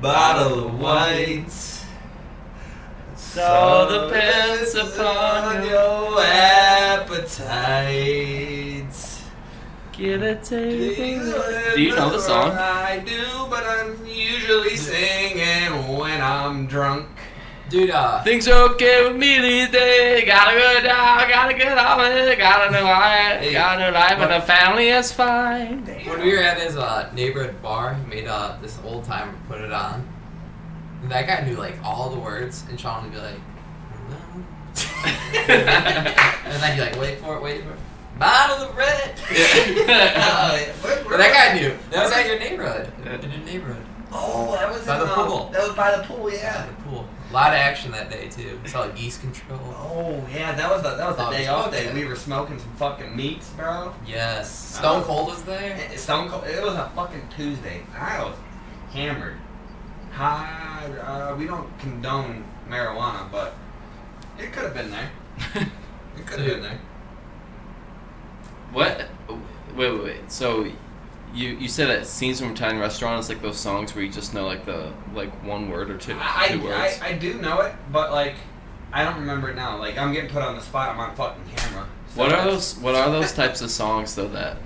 bottle of whites. So depends upon your appetites. Get a table. Do Do you know the song? I do, but I'm usually singing when I'm drunk. Dude, uh, Things are okay with me these days. Got a good job, got a good office, got a new wife, got a life, and a family is fine. when we were at his uh, neighborhood bar, he made uh, this old timer put it on. And that guy knew like all the words, and Sean would be like, "Hello?" and then he'd be like, wait for it, wait for it. Bottle of red! Uh, Yeah. but that guy knew. That was at your neighborhood. In your neighborhood. Oh, that was By in the the pool. That was by the pool, yeah. At the pool. A lot of action that day, too. It's all like geese control. Oh yeah, that was the that was the Oh, day it's off okay. day. We were smoking some fucking meats, bro. Yes. Oh. Stone Cold was there? It- It's Stone Cold. It was a fucking Tuesday. I was hammered. High. Uh, we don't condone marijuana, but it could have been there. It could have been there. What? Wait, wait, wait. So, you you said that scenes from Italian restaurant is like those songs where you just know like the like one word or two I, two words. I, I, I do know it, but like I don't remember it now. Like I'm getting put on the spot. I'm on fucking camera. So what are that's- those? What are those types of songs though? That,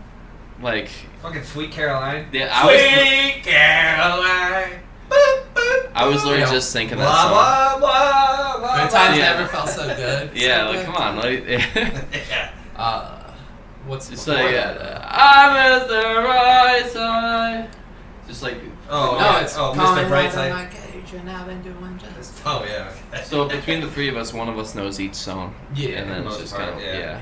like, Fucking Sweet Caroline. yeah, I was Sweet Caroline. Boop, boop, I was literally Yeah. just thinking that Blah, blah, song. blah, blah, Good times Yeah. never felt so good. Yeah, like come on, like Yeah. Uh, what's it's before like yeah, that? uh, I'm at the right side. Just like Oh, No, yeah. it's oh, Colin Mr. Rhodes in Brightside. my cage and I've been doing just fine. Oh yeah. so between the three of us, one of us knows each song. Yeah, and then it's most just part, kind of yeah. yeah.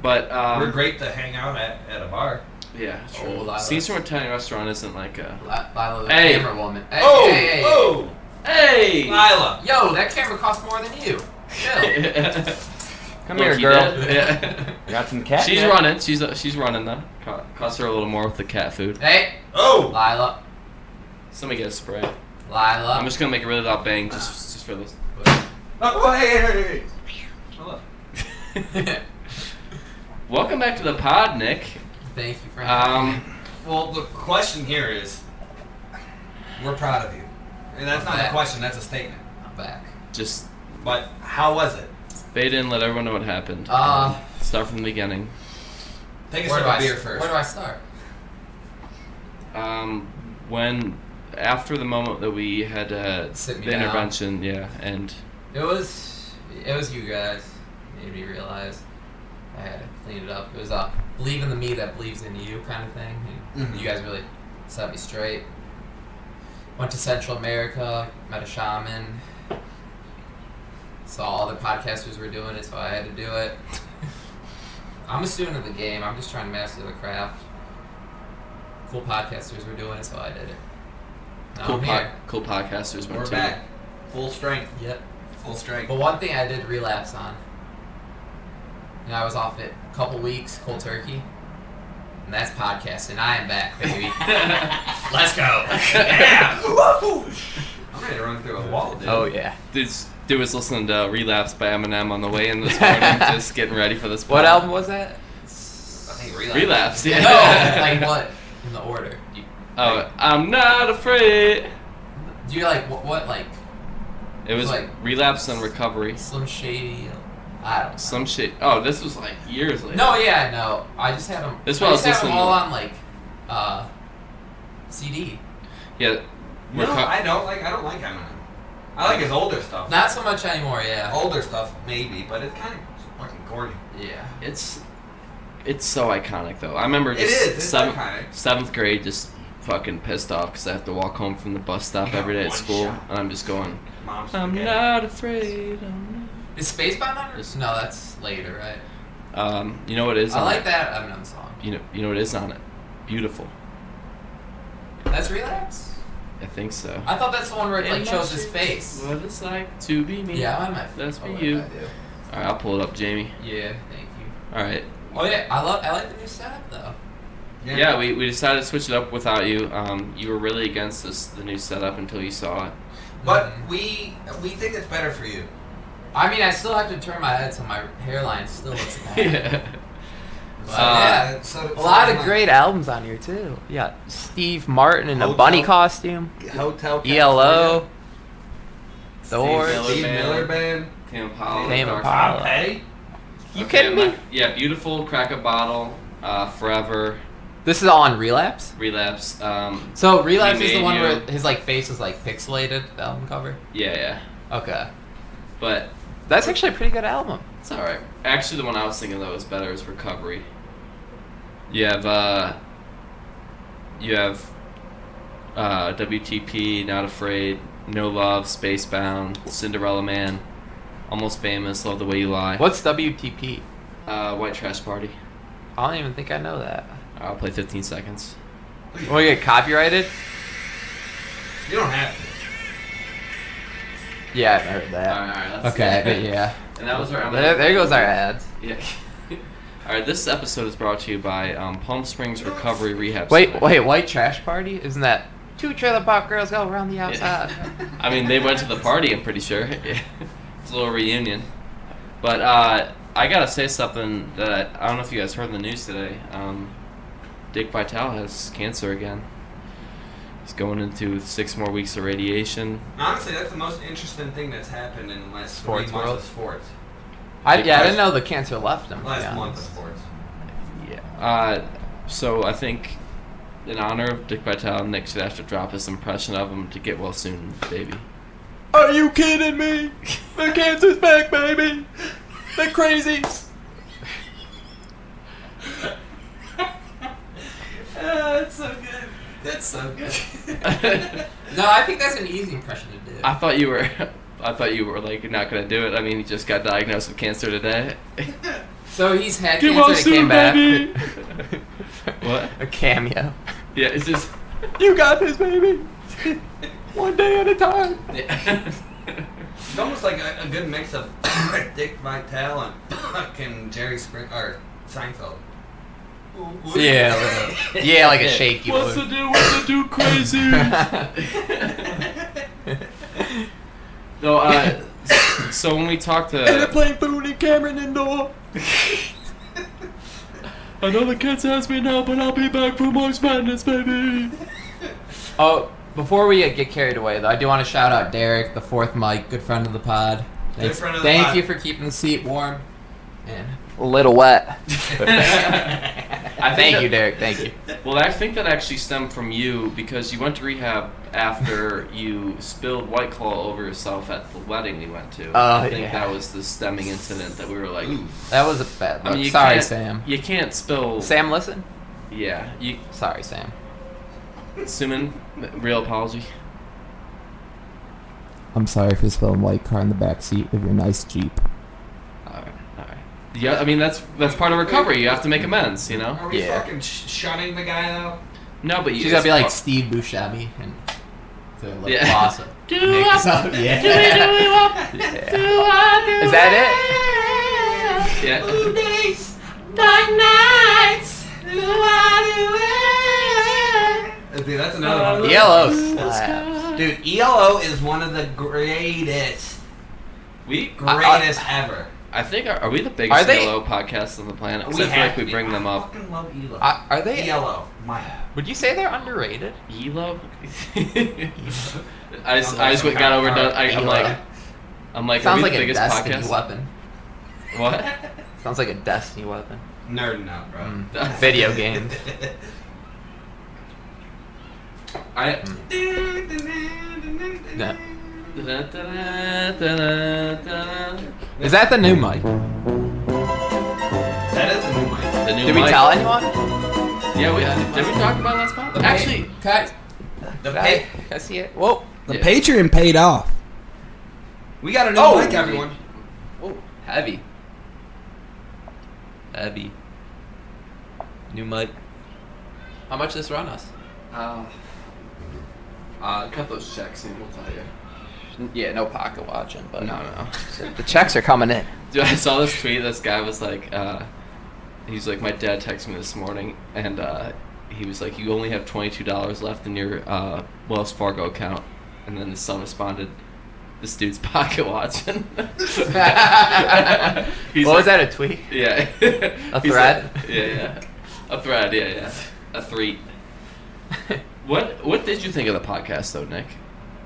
But um, We're great to hang out at at a bar. Yeah, Oh, a true. lot of- Scenes from Italian restaurant isn't like a Li- Lila, the Hey. camera woman. Hey, oh, hey, hey. oh, hey. Lila. Yo, that camera costs more than you. Chill. Come Look, here, he girl. did. Yeah. Got some cat. she's running. She's she's running though. Co- Costs her a little more with the cat food. hey, Oh, Lila, Somebody get a spray. Lila. I'm just gonna make a really loud bang just just for this. oh hey, hey, hey, hey. Hello. Welcome back to the pod, Nick. Thank you for having me. Um, Well, the question here is, we're proud of you. And that's not a Okay. question. That's a statement. I'm back. just But how was it? fade in. Let everyone know what happened. Uh, Start from the beginning. Take a where sip do I of beer s- first. Where do I start? Um, when after the moment that we had uh, Sit me the down. intervention, yeah, and It was, it was you guys made me realize I had to clean it up. It was uh, believe in the me that believes in you kind of thing. And Mm-hmm. Mhm. You guys really set me straight. Went to Central America, met a shaman, saw all the podcasters were doing it, so I had to do it. I'm a student of the game. I'm just trying to master the craft. Cool podcasters were doing it, so I did it. Now cool I'm pod- here. cool podcasters went We're to back, full strength, Yep. full strength. But one thing I did relapse on. And I was off it a couple weeks, cold turkey. And that's podcasting. I am back, baby. Let's go. yeah. Woo! I'm ready to run through a wall, dude. Oh yeah. This dude was listening to Relapse by Eminem on the way in this morning, just getting ready for this. What pod. album was that? I think relapse. Relapse. Yeah. no, like what? In the order. You, Oh, I'm not afraid. do you like what, what? Like It was Like- relapse and recovery. Slim Shady? I don't know. Some shit. Oh, this was like years later. No, yeah, no. I just had them. This I one I just was had them listening all to. on like uh, CD. Yeah. No, reco- I don't like. I don't like Eminem. I like his older stuff. Not so much anymore. Yeah. Oh. older stuff maybe, but it's kind of fucking corny. Yeah. it's it's so iconic though. I remember It just is. It's seventh iconic. seventh grade just fucking pissed off because I have to walk home from the bus stop every day at One school, shot. and I'm just going. Mom's I'm spaghetti. not afraid. I'm Is Spacebound on? Just- No, that's later, right? not- Um, you know what is I on like it? that Eminem song. You know, you know what is on it? Beautiful. That's Relapse. I think so. I thought that's the one where it like In my shows his shoes, face. What it's like to be me. Yeah, I might. That's for oh, you. I do. All right, I'll pull it up, Jamie. Yeah, thank you. All right. Oh yeah, I love. I like the new setup though. Yeah, we, we decided to switch it up without you. Um, you were really against this the new setup until you saw it. But Mhm. we we think it's better for you. I mean, I still have to turn my head so my hairline still looks bad. yeah. So, Uh, yeah, so- A so lot of like great albums on here too. Yeah, Steve Martin in a Hotel- bunny costume. E Hotel E ELO. Steve Doors. Miller Steve Band, Miller Band. Tame Impala, Tame Dark Impala. Side. Petty. You Okay, kidding me? my- yeah, beautiful. Crack a bottle. Uh, forever. This is on Relapse. Relapse. Um, So Relapse is the Made one You. where his like face is like pixelated. The album cover. yeah, yeah. Okay, But that's actually a pretty good album. it's all right. Actually, the one I was thinking though is better is Recovery. You have uh, you have uh, WTP, Not Afraid, No Love, Spacebound, Cinderella Man, Almost Famous, Love the Way You Lie. What's WTP? Uh, White Trash Party. I don't even think I know that. I'll play 15 seconds. Will we get copyrighted? You don't have to. Yeah, I haven't heard All that. right, all right, that's- Okay, but yeah. And that was our. I'm There, gonna- there goes our ads. Yeah. All right. This episode is brought to you by um, Palm Springs Recovery Rehab. Wait, Center. wait, white trash party? Isn't that two trailer park girls go around the outside? Yeah. I mean, they went to the party. I'm pretty sure. Yeah. it's a little reunion. But uh, I gotta say something that I don't know if you guys heard in the news today. Um, Dick Vitale has cancer again. He's going into six more weeks of radiation. Honestly, that's the most interesting thing that's happened in the last Sports three months world? of sports. I, yeah, I didn't know the cancer left him. to be Last month of honest. sports. Yeah. Uh, so I think in honor of Dick Vitale, Nick should have to drop his impression of him to get well soon, baby. Are you kidding me? The cancer's back, baby. The crazies. that's so good. That's so good. I No, I think that's an easy impression to do. thought you were. I thought you were like not gonna do it. I mean, he just got diagnosed with cancer today. So he's had Get cancer well and it came soon, back. baby. What? A cameo. yeah, it's just. You got this, baby. One day at a time. Yeah. it's almost like a, a good mix of Dick Vitale and fucking Jerry Spring or Seinfeld. Yeah, Yeah, like a shaky What's the one. do? What's the do? Crazy. No, uh, s- so when we talked to, playing Boone and Cameron indoor. I know the kids ask me now, but I'll be back for March Madness, baby. Oh, before we uh, get carried away, though, I do want to shout Shout out out Derek, the fourth Mike, good friend of the pod. Thanks- friend of the thank pod. you for keeping the seat warm. And Little Wet. I think Thank that- you, Derek. Thank you. Well, I think that actually stemmed from you because you went to rehab after you spilled White Claw over yourself at the wedding we went to. Oh, I think yeah. that was the stemming incident that we were like, That was a bad I look. mean, you Sorry, can't- Sam. you can't spill. Sam, listen. Yeah, you, Sorry, Sam. Suman, real apology. I'm sorry for spilling white car in the back seat of your nice Jeep. All right, all right. Yeah, I mean that's that's part of recovery. You have to make amends, you know. Are we Yeah. fucking sh- shunning the guy though? No, but you She's gotta be like Steve Buscemi and to like Yeah. boss it. Do Make this up. Yeah. Is that Yeah. Dude, that's another one. it? Yellow slaps. Dude, ELO is one of the greatest, We, greatest ever. I think, are, are we the biggest Are they- ELO podcast on the planet? 'Cause I feel like we to be. bring them I up. fucking love E ELO. I, Uh, are they? ELO, my. Would you say they're underrated? ELO. I just, I just went- got overdone. I, I'm like, I'm like, E Sounds are we like the a biggest destiny podcast? weapon. What? Sounds like a destiny weapon. Nerding out, bro. Mm. Video games. I. Yeah. Hmm. The Is that the new mic? That is a new one. new Did we mic. tell anyone? Yeah, we did. We talk about last month. Actually, Cut. The Did pa- I, I see it. Whoa. The Yeah. Patreon paid off. we got a new Oh. mic, everyone. Oh, heavy. Heavy. New mic. How much this run us? Uh, uh, cut those checks and we'll tell you. Yeah, no pocket watching, but No, no. the checks are coming in. Dude, I saw this tweet. This guy was like, uh, he's like, my dad texted me this morning and, uh, he was like, you only have $22 left in your, uh, Wells Fargo account. And then his son responded, This dude's pocket watching. what He's was like- that? A tweet? Yeah. A He's thread? like- yeah, yeah. A thread. Yeah, yeah. A threat. What What did you think of the podcast though, Nick?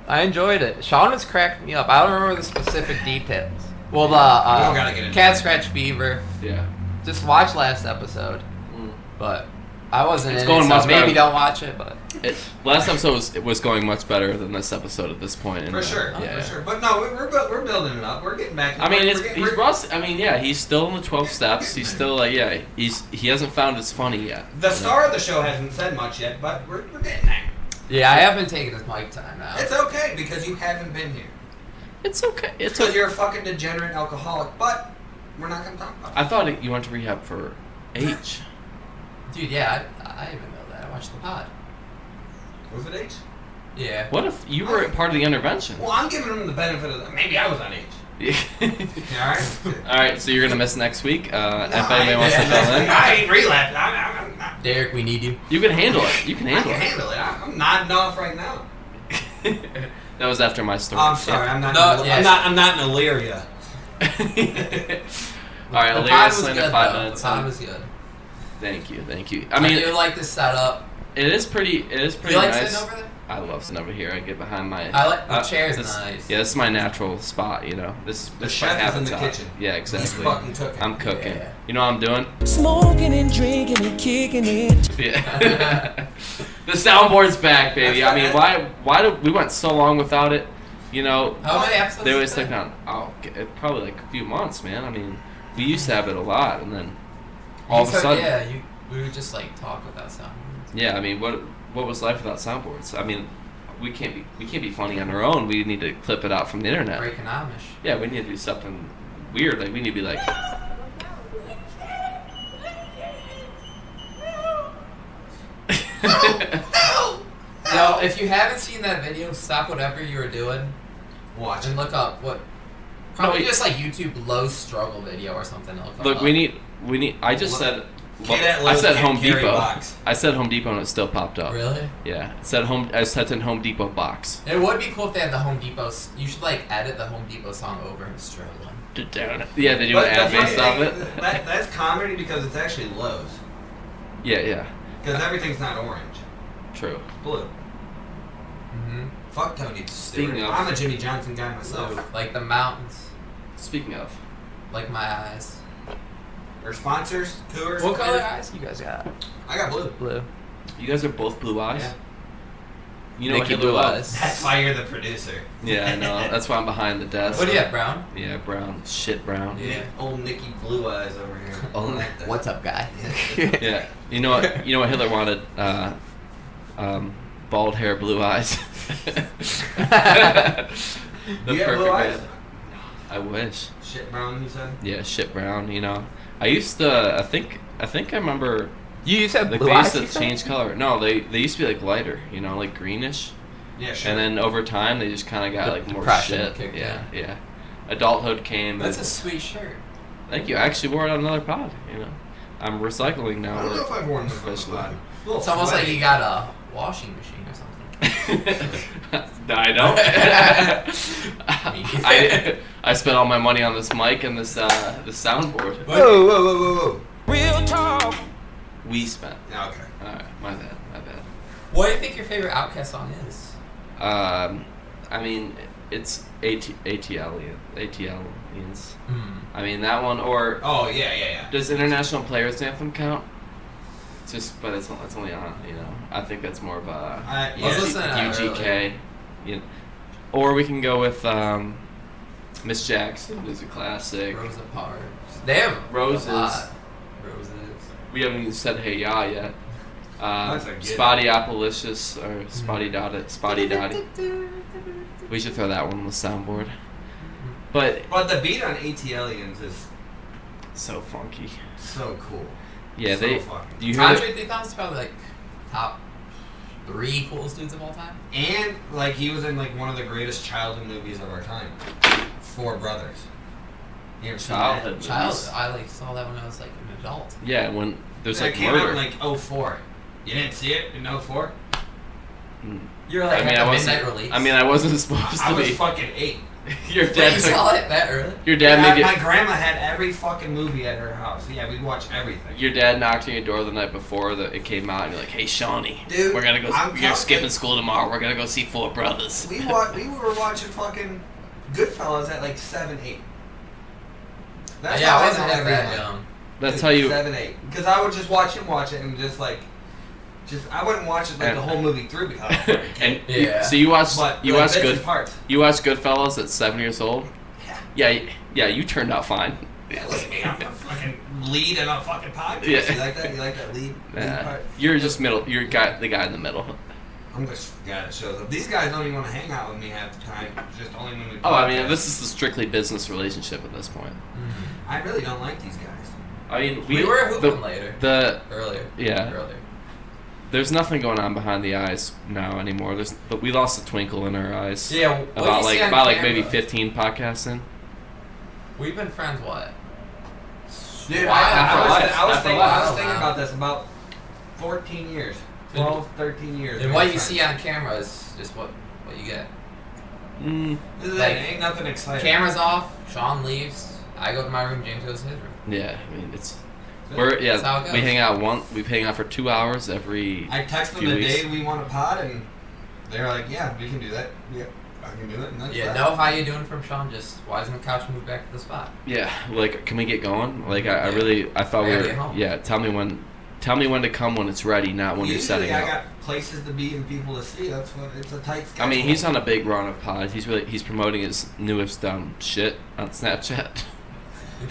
I enjoyed it. Sean was cracking me up. I don't remember the specific details. Well, the uh, We don't gotta get into cat it. scratch fever. Yeah. Just watch last episode, Mm. but I wasn't. It's in going it, so much Maybe better. don't watch it, but It, last episode was it was going much better than this episode at this point. and, For uh, sure, Yeah. for sure. But no, we- we're bu- we're building it up. We're getting back. I mean, we're, it's, we're, he's we're, Ross. I mean, yeah, he's still in the twelve steps. He's still like, yeah, he's he hasn't found it's funny yet. the star of the show hasn't said much yet, but we're, we're getting there. yeah, I I have. have been taking this mic time Oh. now. It's okay because you haven't been here. It's okay. It's Because okay. you're a fucking degenerate alcoholic. But we're not gonna talk about it. I thought it- you went to rehab for H. Dude, yeah, I, I even know that. I watched the pod. Was it H? Yeah. What if you were part of the intervention? Well, I'm giving him the benefit of the Maybe I was on H. All right. All right, so you're gonna miss next week. Uh, No, if anybody I- wants to fill in, I ain't relapsed. I'm, I'm, I'm not. Derek, we need you. you can handle it. You can I can handle handle it. I'm, I'm nodding off right now. it. that was after my story. I'm sorry. I'm not. No, in, yes. I'm not. I'm not in Illyria. All right, the Larry pod was Slender good, five though. minutes. The pod in. was good. Thank you, thank you. I I mean, do like this setup. it is pretty. It is Do pretty you like nice. sitting over there? I love sitting over here. I get behind my. I like- the uh, chair's this- nice. Yeah, this is my natural spot. You know, this The this is my chef is in the habitat. kitchen. Yeah, He's exactly. fucking took it. I'm cooking. Yeah. You know what I'm doing? Smoking and drinking and kicking it. Yeah. the soundboard's back, baby. I mean, why why do we went so long without it? You know, How many episodes? they is always there? took on oh g- it probably like a few months, man. I mean, we used to have it a lot, and then all of So, a sudden, yeah. Yeah, you, we would just like talk without sound. I mean, what what was life without soundboards? I mean, we can't be we can't be funny on our own. We need to clip it out from the internet. Breaking Amish. Yeah, we need to do something weird. Like we need to be like. Yo, if you haven't seen that video, stop whatever you were doing Watch and it. look up what. Probably we- just like YouTube low struggle video or something. It'll come Look, up. we need we need. I just Look, said. Kid at I Lowe's said can't Home carry Depot. box. I said Home Depot and it still popped up. Really? Yeah, it said Home. I said in Home Depot box. It would be cool if they had the Home Depot. s- You should like edit the Home Depot song over and struggling. Yeah, they do an But ad the funny based off thing it. is That, that's comedy because it's actually Lowe's. yeah, yeah, Because everything's not orange, true. it's blue. Mm-hmm. Fuck Tony Stewart. Speaking of- I'm a Jimmy Johnson guy myself. Like the mountains, Speaking of, like my eyes. Our sponsors, Coors. What color I eyes you guys got? got blue. Blue. you guys are both blue eyes. Yeah. You know what Nikki Hitler Blue loved? Eyes. That's why you're the producer. Yeah, I know. That's why I'm behind the desk. What do you have, brown? Yeah, brown. Shit, brown. Yeah. Nick, old Nicky Blue Eyes over here. Oh, Like the- up, guy? Yeah. You know what? You know what Hitler wanted? Uh, um, bald hair, blue eyes. the You got blue eyes? man. I wish. Shit brown, you said? Yeah, shit brown. You know, I used to. I think. I think I remember. You used to have Like blue they used eyes. to you said? change color. No, they they used to be like lighter. You know, like greenish. Yeah, sure. And then over time, they just kind of got The like more depression shit. kicked Yeah, yeah. Adulthood came. That's a and, sweet shirt. thank you. I actually wore it on another pod. You know, I'm recycling now. I don't know like, if I've worn this professionally. one. It's almost like you got a washing machine or something. No, I don't. I, I spent all my money on this mic and this uh, the soundboard. Whoa, whoa, whoa, whoa, Real talk. We spent. whoa. Okay. All right, my bad, my bad. What do you think your favorite Outcast song is? Um, I mean, it's AT, ATL, ATL means. Hmm. I mean that one, or Oh, yeah, yeah, yeah. does International Players Anthem count? It's just, but it's it's only on. You know, I think that's more of a. I, I yeah. was listening to that earlier. UGK. You know. Or we can go with um, Miss Jackson is a classic. Rosa Parks. They have Roses. a lot. Roses. We haven't even said Hey Ya yet. Uh, That's a good- Mm-hmm. Spotty Apolicious or Spotty Dotty. Spotty Dotty. We should throw that one on the soundboard. But But the beat on ATLians is so funky. so cool. Yeah, so they. Fucking. You hear Andre 3000 is probably like top three coolest dudes of all time. And, like, he was in, like, one of the greatest childhood movies of our time Four Brothers. You ever the seen that? childhood? Child, movies? I like saw that when I was like an adult. Yeah, when there's That like came murder. out in like 04. You didn't see it in 04? Mm. You're I like mean, at I the wasn't. midnight release. I mean, I wasn't supposed I to was be. fucking eight. Your Dad dad took, saw it that early. your dad Yeah, maybe my grandma had every fucking movie at her house. Yeah, we'd watch everything. your dad knocked on your door the night before that it came out and you're like, "Hey, Shawnee, Dude, we're gonna go. I'm you're telling skipping you. school tomorrow. We're gonna go see Four Brothers." We wa- we were watching fucking Goodfellas at like seven, eight. That's yeah, how I wasn't know that, that everyone. young. That's Dude, how you. seven eight because I would just watch him watch it and just like, just I wouldn't watch it like the whole movie through because I was a kid. and you- Yeah. so you watched but you like, watched bits and Good parts. you watched Goodfellas at seven years old. Yeah. Yeah, y- yeah, you turned out fine. Yeah, look at me, I'm a fucking lead in a fucking podcast. Yeah. You like that? You like that lead? lead Yeah. part? You're just middle. You're guy, the guy in the middle. I'm just the guy that shows up. These guys don't even want to hang out with me half the time. Just only when we. Oh, I mean, podcast. this is a strictly business relationship at this point. I really don't like these guys. I mean, We, were hooping the, later. the earlier. Yeah. Earlier. there's nothing going on behind the eyes now anymore. There's but we lost a twinkle in our eyes. Yeah. What About you like see on about like camera- maybe 15 podcasts in. We've been friends what? Dude, Why? I, I, After was, life. I, was After thinking, I was life. thinking about this about 14 years. 12, 13 years. And what we're you see friends. on camera is just what what you get. Mm, This is it, like, ain't nothing exciting. Cameras off. Sean leaves. I go to my room. James goes to his room. yeah, I mean it's we're That's how yeah it goes. we hang out one we hang out for two hours every I text them Few the weeks. day we want a pod, and they're like, "Yeah, we can do that. Yeah, I can do that." And that's Yeah. that. No, how you doing from Sean? Just why isn't the couch moved back to the spot? yeah like can we get going like I, I Yeah. really I thought we Yeah, were get home. yeah tell me when tell me when to come when it's ready not when Usually you're setting I up. got places to be and people to see. That's what it's a tight schedule. I mean, he's on a big run of pods. He's really he's promoting his newest um shit on Snapchat.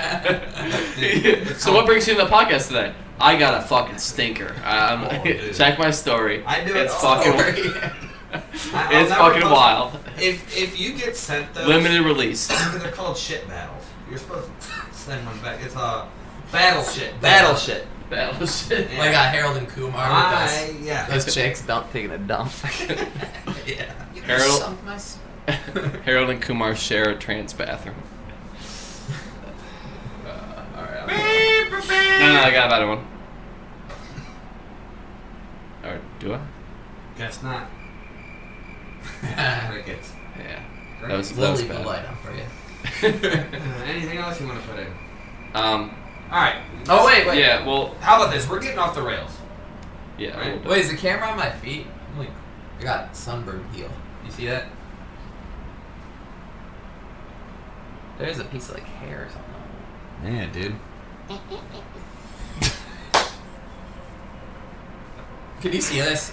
so what brings you to the podcast today? I got a fucking stinker. Um, Oh, dude. check my story. I do it it's all fucking over. I- I'll it's never fucking post- wild. If if you get sent those, Limited release. They're called shit battles. You're supposed to send one back. It's a uh, battle shit. Battle shit. That was shit. Yeah. Like uh, Harold and Kumar. I yeah. Those chicks dump taking a dump. yeah. Harold- Sunk my s- Harold and Kumar share a trans bathroom. Uh, all right. I'll- No, no, I got a better one. Or do I? Guess not. Crickets. Yeah. That was, that was Lily put bad. light on for you. Uh, Anything else you want to put in? um, All right. Oh wait, wait. yeah, well, How about this? We're getting off the rails. yeah. Right. we'll do- Wait, is the camera on my feet? I'm like, I got sunburn heel. You see that? There's a piece of like hair or something. Yeah, dude. Can you see this?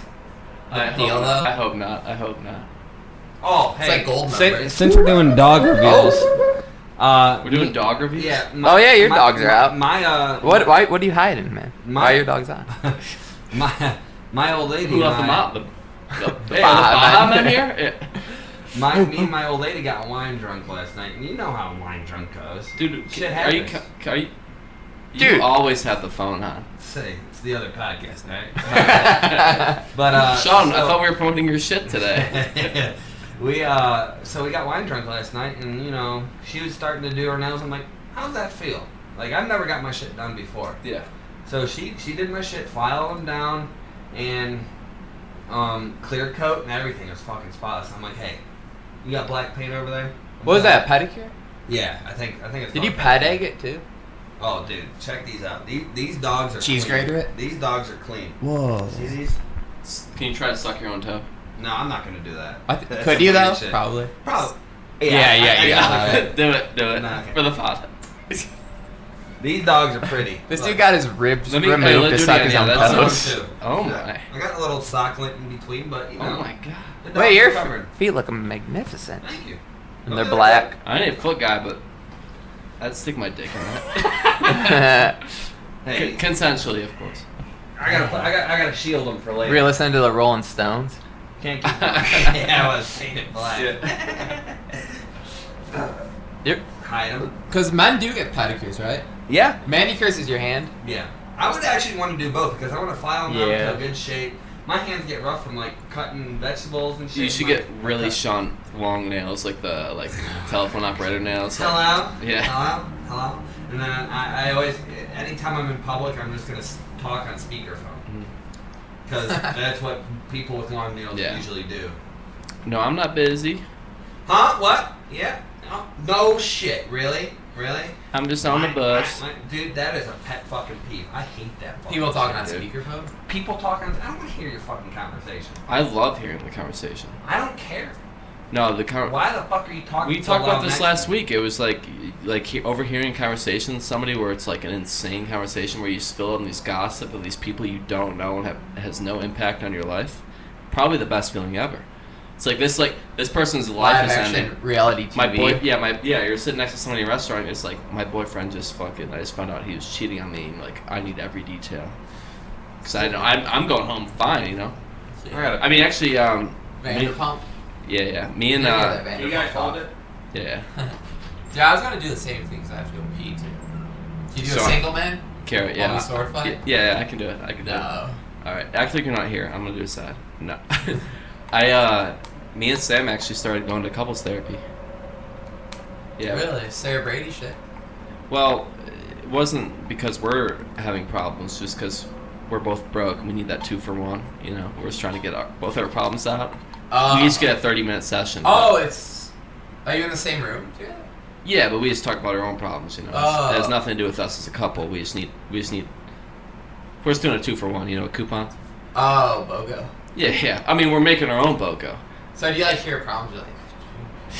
I The hope heel not. I though. hope not. I hope not. Oh, It's hey. like gold Since, numbers. since we're doing dog reveals, uh, We're doing dog reviews. yeah. Oh, yeah, your dogs are my, out. My uh, Why? What are you hiding, man? My- Why are your dogs on? my my old lady. Who left them my- out? The, the, the Hey, Baja I'm- men here. Yeah. My me and my old lady got wine drunk last night, and you know how wine drunk goes. Dude, Shit are you? happens. co- Are you? You Dude. always have the phone on. Say it's the other podcast, right? but uh, Sean, I so- thought we were promoting your shit today. we uh so we got wine drunk last night and you know she was starting to do her nails i'm like how's that feel like i've never got my shit done before yeah. so she she did my shit file them down and um clear coat and everything was fucking spotless i'm like hey you got black paint over there What was that? Pedicure? yeah i think i think it's Did you called pad black paint. egg it too? oh dude check these out these, these dogs are Cheese clean. grater it? these dogs are clean Whoa. see these S- Can you try to suck your own toe? no i'm not gonna do that I th- That's could some you weird though? shit. Probably. probably Yeah, yeah, I- I- yeah. do it. Do it Nah, okay. for the pod. These dogs are pretty. This Look. dude got his ribs Let me- removed hey, let to Judy suck in, his yeah, own that's- toes. Too. Oh Yeah. I got a little sock lint in between, but you Oh know. my god. the dog's Wait, your covered. f- feet look magnificent. Thank you. And they're black. I ain't a foot guy, but I'd stick my dick in it. Hey, C- consensually, of course. I gotta, I gotta, I gotta shield them for later. we were listening to the Rolling Stones. Can't keep. yeah, I was painted black. Yep. Hide them. Because men do get pedicures, right? Yeah. Manicures is your hand. Yeah. I would actually want to do both because I want to file them Yeah. out into a good shape. My hands get rough from like cutting vegetables and shit. You should My- get really Sean long nails, like the like telephone operator nails. like- Hello. Yeah. Hello. Hello. And then I, I always, anytime I'm in public, I'm just gonna s- talk on speakerphone Mhm. because that's what people with long nails Yeah. usually do. No, I'm not busy. Huh? What? Yeah. No, no shit. Really? Really? I'm just on the My- bus. my- my- dude, that is a pet fucking peeve. I hate that. fucking People talking on shit, dude. speakerphone. People talking. I don't want to hear your fucking conversation. I love hearing the conversation. I don't care. No, the con- Why the fuck are you talking? We so talked about loud this next- last week. It was like like he- overhearing conversations, somebody where it's like an insane conversation where you spill on these gossip of these people you don't know and have has no impact on your life. Probably the best feeling ever. It's like this like this person's life Live is action ending. reality TV. My boy, yeah, my yeah. You're sitting next to somebody in a restaurant. And it's like my boyfriend just fucking. I just found out he was cheating on me. And like I need every detail because I know I'm, I'm going home fine. You know. Yeah. I, gotta, I mean, actually, um, me, Vanderpump. yeah, yeah. Me and Yeah, yeah, uh, that Vanderpump You guys talk. hold it. yeah, Yeah, I was gonna do the same thing because I have to go pee too. Can you do Sorry. a single man? carrot. On the Yeah. sword fight? Yeah, yeah, I can do it. I can do it. No. All right, act like you're not here. I'm gonna do a side. No, I uh, me and Sam actually started going to couples therapy. Yeah. Really? Sarah Brady shit. Well, it wasn't because we're having problems, just because we're both broke and we need that two for one. You know, we're just trying to get our, both our problems out. Uh, we each get a 30 minute session. Oh, it's. Are you in the same room? Yeah. but- Yeah, but we just talk about our own problems. You know, It's- it has Oh. nothing to do with us as a couple. We just need, we just need. We're just doing a two for one. You know, a coupon. Oh, bogo. Yeah, yeah. I mean, we're making our own bogo. So do you like hear problems?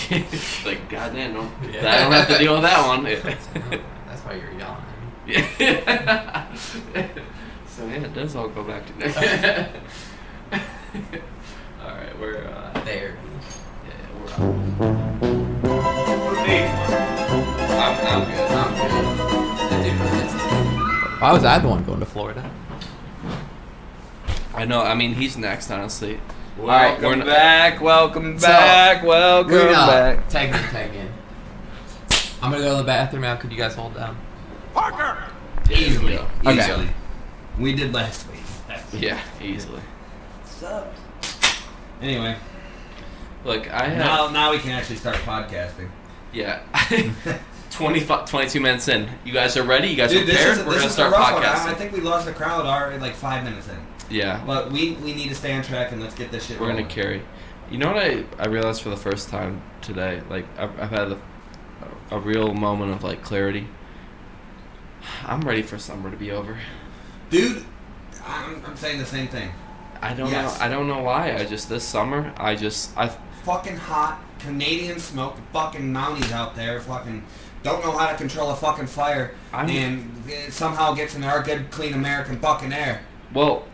You're like, like goddamn, no, Yeah. I don't have to deal with that one. "Oh, that's why you're yelling. at Yeah. me." so yeah, it does all go back to that. all right, we're uh, There. yeah, we're up. I'm, I'm good. Not good. That dude was insane. Why was I the one going to Florida? I know. I mean, he's next, honestly. Welcome we're not- back. Welcome So- back. welcome We're not. back. Tag in, tag in. I'm gonna go to the bathroom now. Could you guys hold down? Yeah, there we Easily. go. Okay. Easily. We did last week. Yeah, easily. Anyway, Look, I have now now we can actually start podcasting. yeah. 25, 22 minutes in. You guys are ready? You guys Dude, are this prepared? is, We're this gonna is a start rough one. I- podcasting. I think we lost the crowd already like five minutes in. yeah. But we, we need to stay on track and let's get this shit We're gonna rolling. carry. You know what I, I realized for the first time today? Like I've, I've had a, a real moment of like clarity. I'm ready for summer to be over. Dude, I'm, I'm saying the same thing. I don't Yes. know. I don't know why. I just this summer. I just I Fucking hot Canadian smoke, fucking mounties out there, fucking don't know how to control a fucking fire, I'm- and it somehow gets in our good, clean American fucking air. well.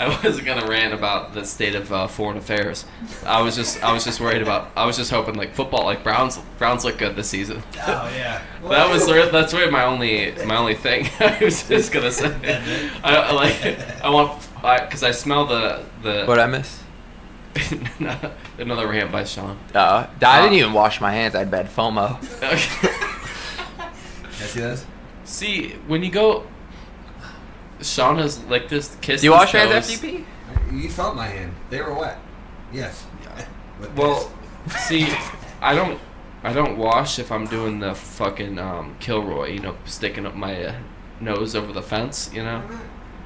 I was gonna rant about the state of uh, foreign affairs. I was just I was just worried about. I was just hoping like football, like Browns Browns look good this season. Oh yeah, That was re- that's really my only my only thing. I was just gonna say, I, I like I want because I, smell the What the I miss? another rant by Sean. Uh, I didn't even wash my hands. I had bad FOMO. Okay. see this? See when you go, Sean has like this kiss. Do you wash your his hands after toes. you pee? You felt my hand. They were wet. Yes. With Well, see, I don't I don't wash if I'm doing the fucking um, Kilroy, you know, sticking up my uh, nose over the fence, you know,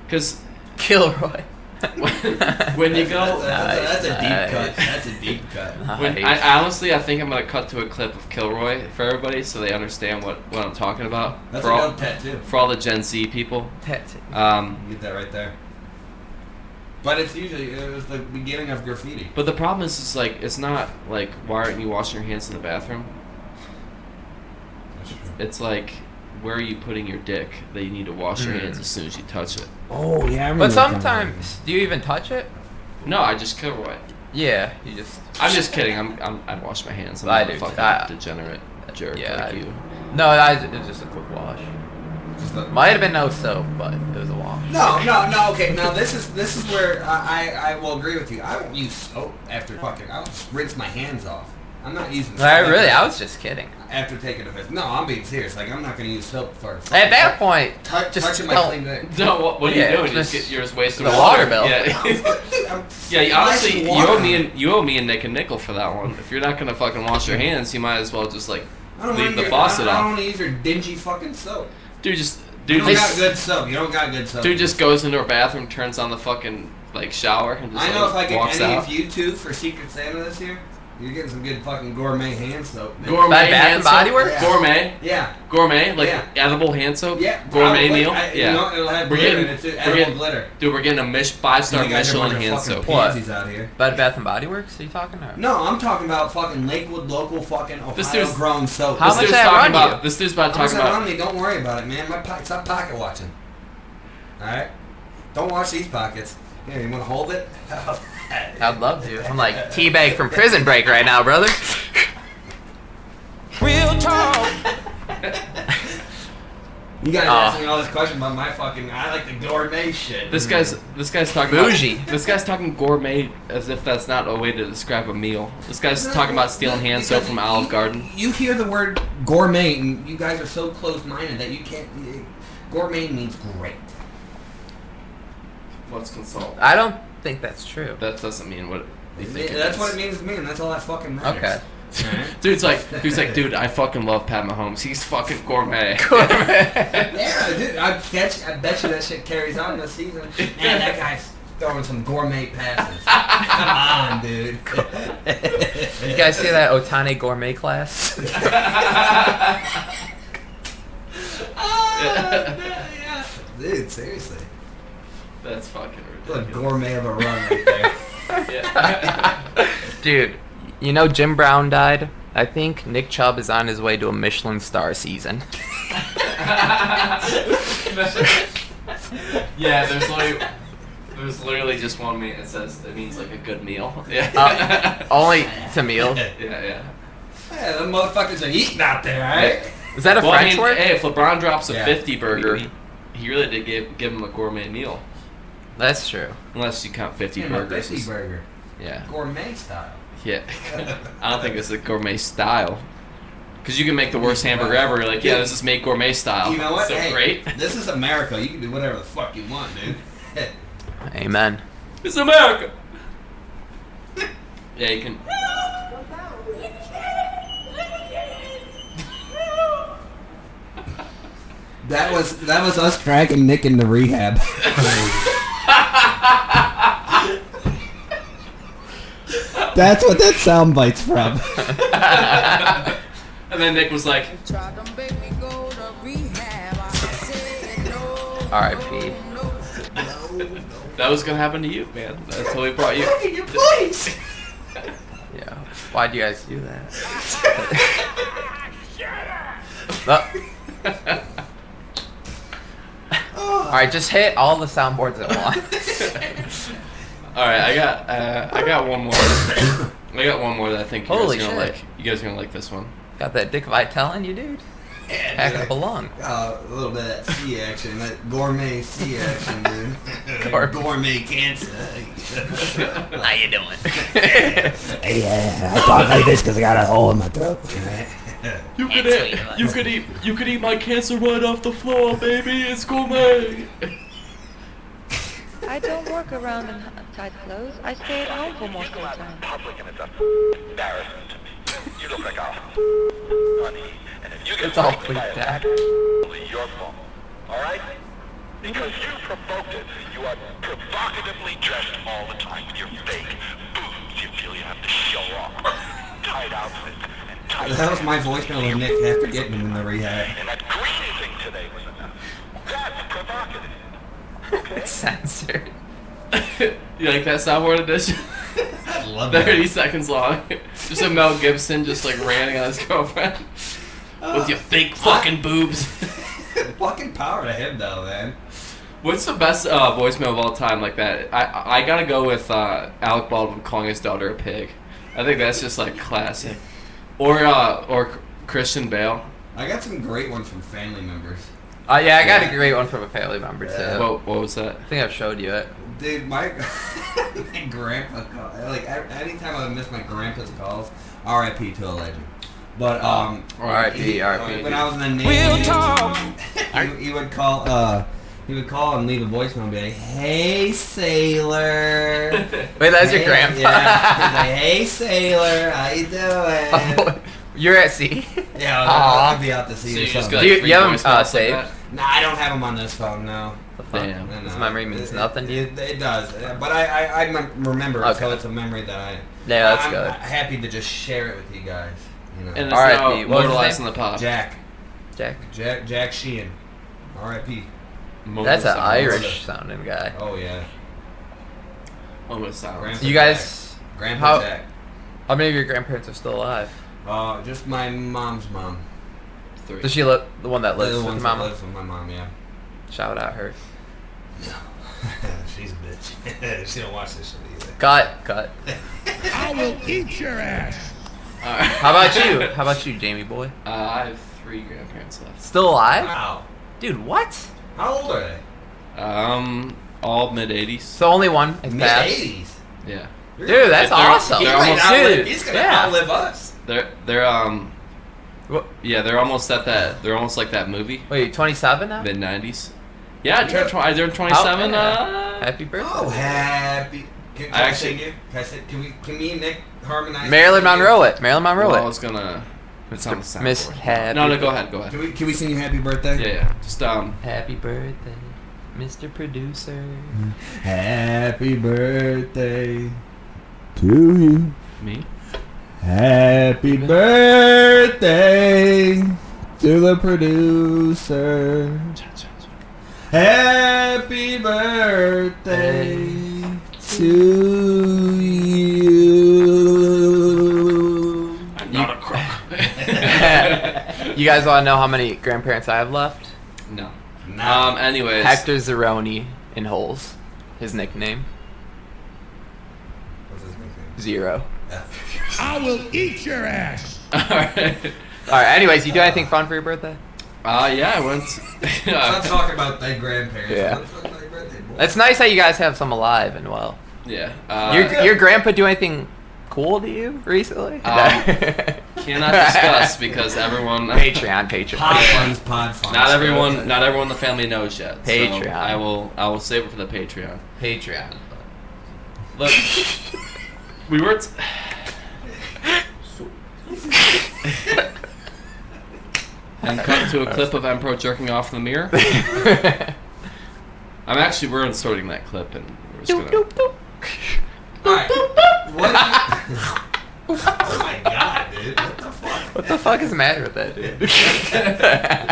because. Kilroy. when you this. go, that's, a, that's, a, that's a deep Nice. cut. That's a deep cut. When, Nice. I, I honestly, I think I'm gonna cut to a clip of Kilroy for everybody, so they understand what, what I'm talking about. That's for a all dope tattoo. for all the Gen Z people, That's it. um, Get that right there. But it's usually it was the beginning of graffiti. but the problem is, is like it's not like why aren't you washing your hands in the bathroom? It's like where are you putting your dick that you need to wash Mm-hmm. your hands as soon as you touch it? Oh yeah, I But sometimes, do you even touch it? No, I just Kilroy. Yeah, you just. I'm just kidding. I'm, I'm I wash my hands. I'm I not a do, fucking I- degenerate jerk yeah, like I- you. No, I, it was just a quick wash. No, Might have been no soap, but it was a wash. no, no. Okay, now this is this is where I I, I will agree with you. I don't use soap after fucking. I will just rinse my hands off. I'm not using. Soap I really, I was just kidding. after taking a piss. No, I'm being serious. Like I'm not gonna use soap for. At that point, Tou- just touching my don't- clean dick. No, what, what are Yeah, you doing? You just Just get yours wasted. the with water bill. Yeah. I'm- Yeah, honestly, Nice you water. owe me and you owe me and Nick a nickel for that one. If you're not gonna fucking wash your hands, you might as well just like I don't leave wanna the use- faucet I don't off. want to use your dingy fucking soap. Dude just You dude don't got just good soap. You don't got good soap. dude just goes into her bathroom, turns on the fucking like shower, and just I know if I like, get walks any out. of you two for Secret Santa this year, You're getting some good fucking gourmet hand soap. man. Gourmet By Bath hand and Body soap? Works? Gourmet, Yeah. gourmet, like Yeah. edible hand soap. Yeah. gourmet probably. meal. I- yeah, You know, it'll have We're glitter getting- in it too. we're Edible getting- glitter. dude, we're getting a Mich- five star You guys are Michelin wearing hand fucking soap. pansies out here. Bed Bath and Body Works? Are you talking about? No, I'm talking about fucking Lakewood local fucking This dude's- Ohio grown soap. How this much dude's that talking run you? about. This dude's about to I'm talk saying, about. Romney, don't worry about it, man. My po- stop pocket watching. All right, don't watch these pockets. Here, you want to hold it? I'd love to. I'm like teabag from Prison Break right now, brother. Real talk. You guys Aw. are asking me all this question about my fucking. I like the gourmet shit. This guy's this guy's talking Bougie. About, this guy's talking gourmet as if that's not a way to describe a meal. This guy's No, talking about stealing no, hand because soap from you- Olive Garden. You hear the word gourmet, and you guys are so close-minded that you can't. Gourmet means great. Let's consult. I don't think that's true. That doesn't mean what you think. it That's is. what it means to me, and that's all that fucking matters. Okay. Alright? Dude's like, dude's like, dude, I fucking love Pat Mahomes. He's fucking gourmet. Yeah, dude, I bet, you, I bet you that shit carries on this season. Man, that guy's throwing some gourmet passes. Come on, dude. You guys see that Otani gourmet class? Dude, seriously. That's fucking What a ridiculous. gourmet of a run right there. Yeah. Dude, you know Jim Brown died? I think Nick Chubb is on his way to a Michelin star season. yeah, there's like there's literally just one meat that says it means like a good meal. Yeah. Uh, only to meal. yeah, yeah. yeah, them motherfuckers are eating out there, alright? Is that a Well, I French mean, eh. word? hey, if LeBron drops a Yeah. 50 burger, he really did give, give him a gourmet meal. That's true. Unless you count 50 Yeah, burgers. 50 burger. yeah. Gourmet style. Yeah. I don't think this is a gourmet style. Because you can make the worst hamburger ever. You're like, yeah, this is made gourmet style. You know what? Oh, So hey, great. this is America. You can do whatever the fuck you want, dude. Amen. It's America. yeah, you can. that was that was us dragging Nick into rehab. That's what that sound bite's from. And then Nick was like, R.I.P. that was going to happen to you, man. That's how we brought you. Yeah. Why'd you guys do that? Oh. Oh, Alright, just hit all the soundboards at once. All right, I got uh, I got one more. I got one more that I think you Holy guys are gonna shit. like. You guys are gonna like this one. Got that Dick Vitale in you, dude? Pack up a lung. Uh, a little bit of that sea action, that gourmet sea action, dude. Gour- gourmet cancer. How you doing? Yeah, I talk like this because I got a hole in my throat. You could eat, you could eat you could eat my cancer right off the floor, baby. It's gourmet. I don't work around in tight clothes. I stay at home for most of the time. it's all bleeped out. your fault. All right? Because you provoked it. You are provocatively dressed all the time with your fake boobs. You feel you have to show off. Tight outfits and tight that was my voicemail with Nick after getting him in the rehab. and that green thing today was enough. That's provocative. It's censored. You like that soundboard edition? I love Thirty seconds long. Just a Mel Gibson just like ranting on his girlfriend with your fake fucking boobs. Uh, Fucking power to him, though, man. What's the best uh, voicemail of all time like that? I I- I gotta go with uh, Alec Baldwin calling his daughter a pig. I think that's just like classic. Or uh, or Christian Bale. I got some great ones from family members. Oh yeah, I got a great one from a family member too. Yeah. What what was that? I think I've showed you it. Dude, my, my grandpa call Like, I- anytime I miss my grandpa's calls, RIP to a legend. Oh, But, um, R.I.P. R.I.P. when I was in the Navy, Real talk. he, he would call, uh, he would call and leave a voicemail and be like, hey, sailor. Wait, that's your Hey, grandpa. Yeah. He's like, hey, sailor, how you doing? You're at sea. Oh, yeah, I'll, Aw. I'll be out to sea So or you just something. got Do you- three you have 'em, voicemails uh, like saved? that? Nah, I don't have them on this phone. No. The fuck? Damn. No, no. This memory means It- nothing to you? It, it does, uh, but I I, I mem- remember it, so Okay. it's a memory that I. Yeah, that's I'm good. happy to just share it with you guys. You know. And it's All right, now Pete, what was his immortalized in the pop. Jack, Jack. Jack, Jack Sheehan, R.I.P. That's an Moment of silence. Irish sounding guy. Oh yeah, Moment of silence. Grandpa You guys, Jack. Grandpa how- Jack. how many of your grandparents are still alive? Uh, just my mom's mom. Three. Does she live? The one that the lives with ones your that mama. lives with my mom. Yeah. Shout out her. She's a bitch. she don't watch this shit either. Cut, cut. I will eat your ass. Alright. How about you? How about you, Jamie boy? Uh, I have three grandparents left. Still alive? Wow. Dude, what? How old are they? Um, all mid 80s. So only one has Mid passed. eighties. Yeah. Dude, that's They're- awesome. they're almost- Dude, He's gonna yeah. outlive us. They're, they're, um, What- yeah, they're almost at that, they're almost like that movie, Wait, 27 now? mid 90s. Yeah, I turned, tw- I turned How- 27. yeah. Uh, Happy birthday. Oh, happy. Can, can I I actually- sing it? Can, I sing, can we? Can me and Nick harmonize? Marilyn Can we- Monroe it. Marilyn Monroe well, I it. was gonna, it's on the soundboard. Miss Happy. No, no, go ahead, go ahead. Can we? Can we sing you Happy Birthday? Yeah, yeah. Just, um, Happy birthday, Mr. Producer. Happy birthday. To you. me? Happy birthday to the producer. Happy birthday to you. Not a crock. you guys want to know how many grandparents I have left? no. Nah. Um, anyways. Hector Zeroni in Holes. His nickname, What's his nickname? Zero. I will eat your ass. Alright. Alright, anyways, you do anything fun for your birthday? Uh, yeah, I went. uh, Let's not talk about thy grandparents. Yeah. Let's talk about thy birthday, boy. It's nice that you guys have some alive and well. yeah. Uh, your, your grandpa do anything cool to you recently? Um, cannot discuss because everyone Patreon, Patreon. pod funds, pod funds. Not everyone, not everyone in the family knows yet. so Patreon. I will, I will save it for the Patreon. Patreon. Look, we were. T- and cut to a clip of Emperor jerking off in the mirror. I'm actually we're inserting that clip and we're just gonna. Alright. What? oh my god, dude. What the fuck? What the fuck is the matter with that, dude?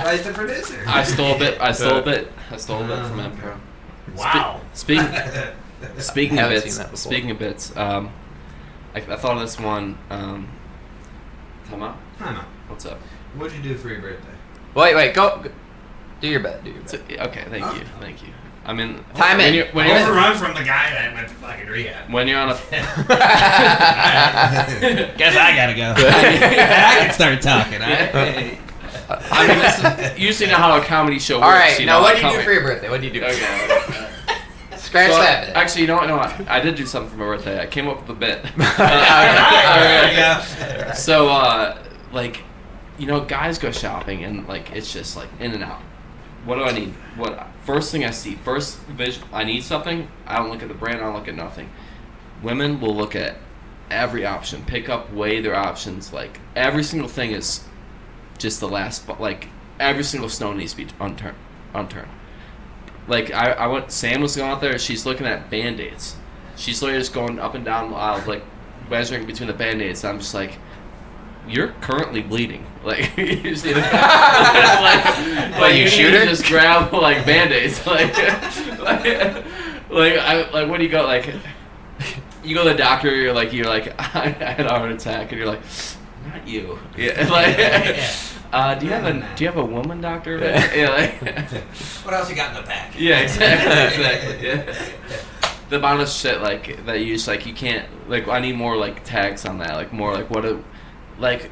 Why's the producer? I stole a bit. I stole a bit. I stole a bit from Emperor. Wow. Speaking. Speaking of Haven't seen bits, that before. speaking of bits, um, I, I thought of this one. Um, come on, Huh. what's up? What'd you do for your birthday? wait, wait, go. go- Do your bet, do your It's bet. a- okay, thank you, thank you. I mean, Time when in. You're, when, I you're, overrun from the guy that went to fucking rehab. when you're on a Guess I gotta go. I can start talking. I, I mean, listen, you see how a comedy show works. All right, you now know, what do you like do for comedy- your birthday? What do you do? Okay. Scratch So, that. bit. actually, you know what? No, I, I did do something for my birthday. I came up with a bit. Alright, there we go. So, uh, like, you know, guys go shopping and like it's just like in and out. What do I need? What first thing I see, first vision, I need something. I don't look at the brand. I don't look at nothing. Women will look at every option, pick up, weigh their options. Like every single thing is just the last. bu- Like every single stone needs to be unturned. Unturned. Like I, I went. Sam was going out there. She's looking at band aids. She's literally just going up and down the aisle, like measuring between the band aids. I'm just like, you're currently bleeding. Like, you see that? like, What, you need shoot to her? Just grab like band aids. Like, like, like, I, like, what do you go like? You go to the doctor. You're like, you're like, I had a heart attack, and you're like, not you. Yeah. Like, Uh, do you have a do you have a woman doctor? Yeah. Yeah. like- What else you got in the back? yeah, exactly, exactly. Yeah. The amount of shit like that you just like you can't like I need more like tags on that like more like what a like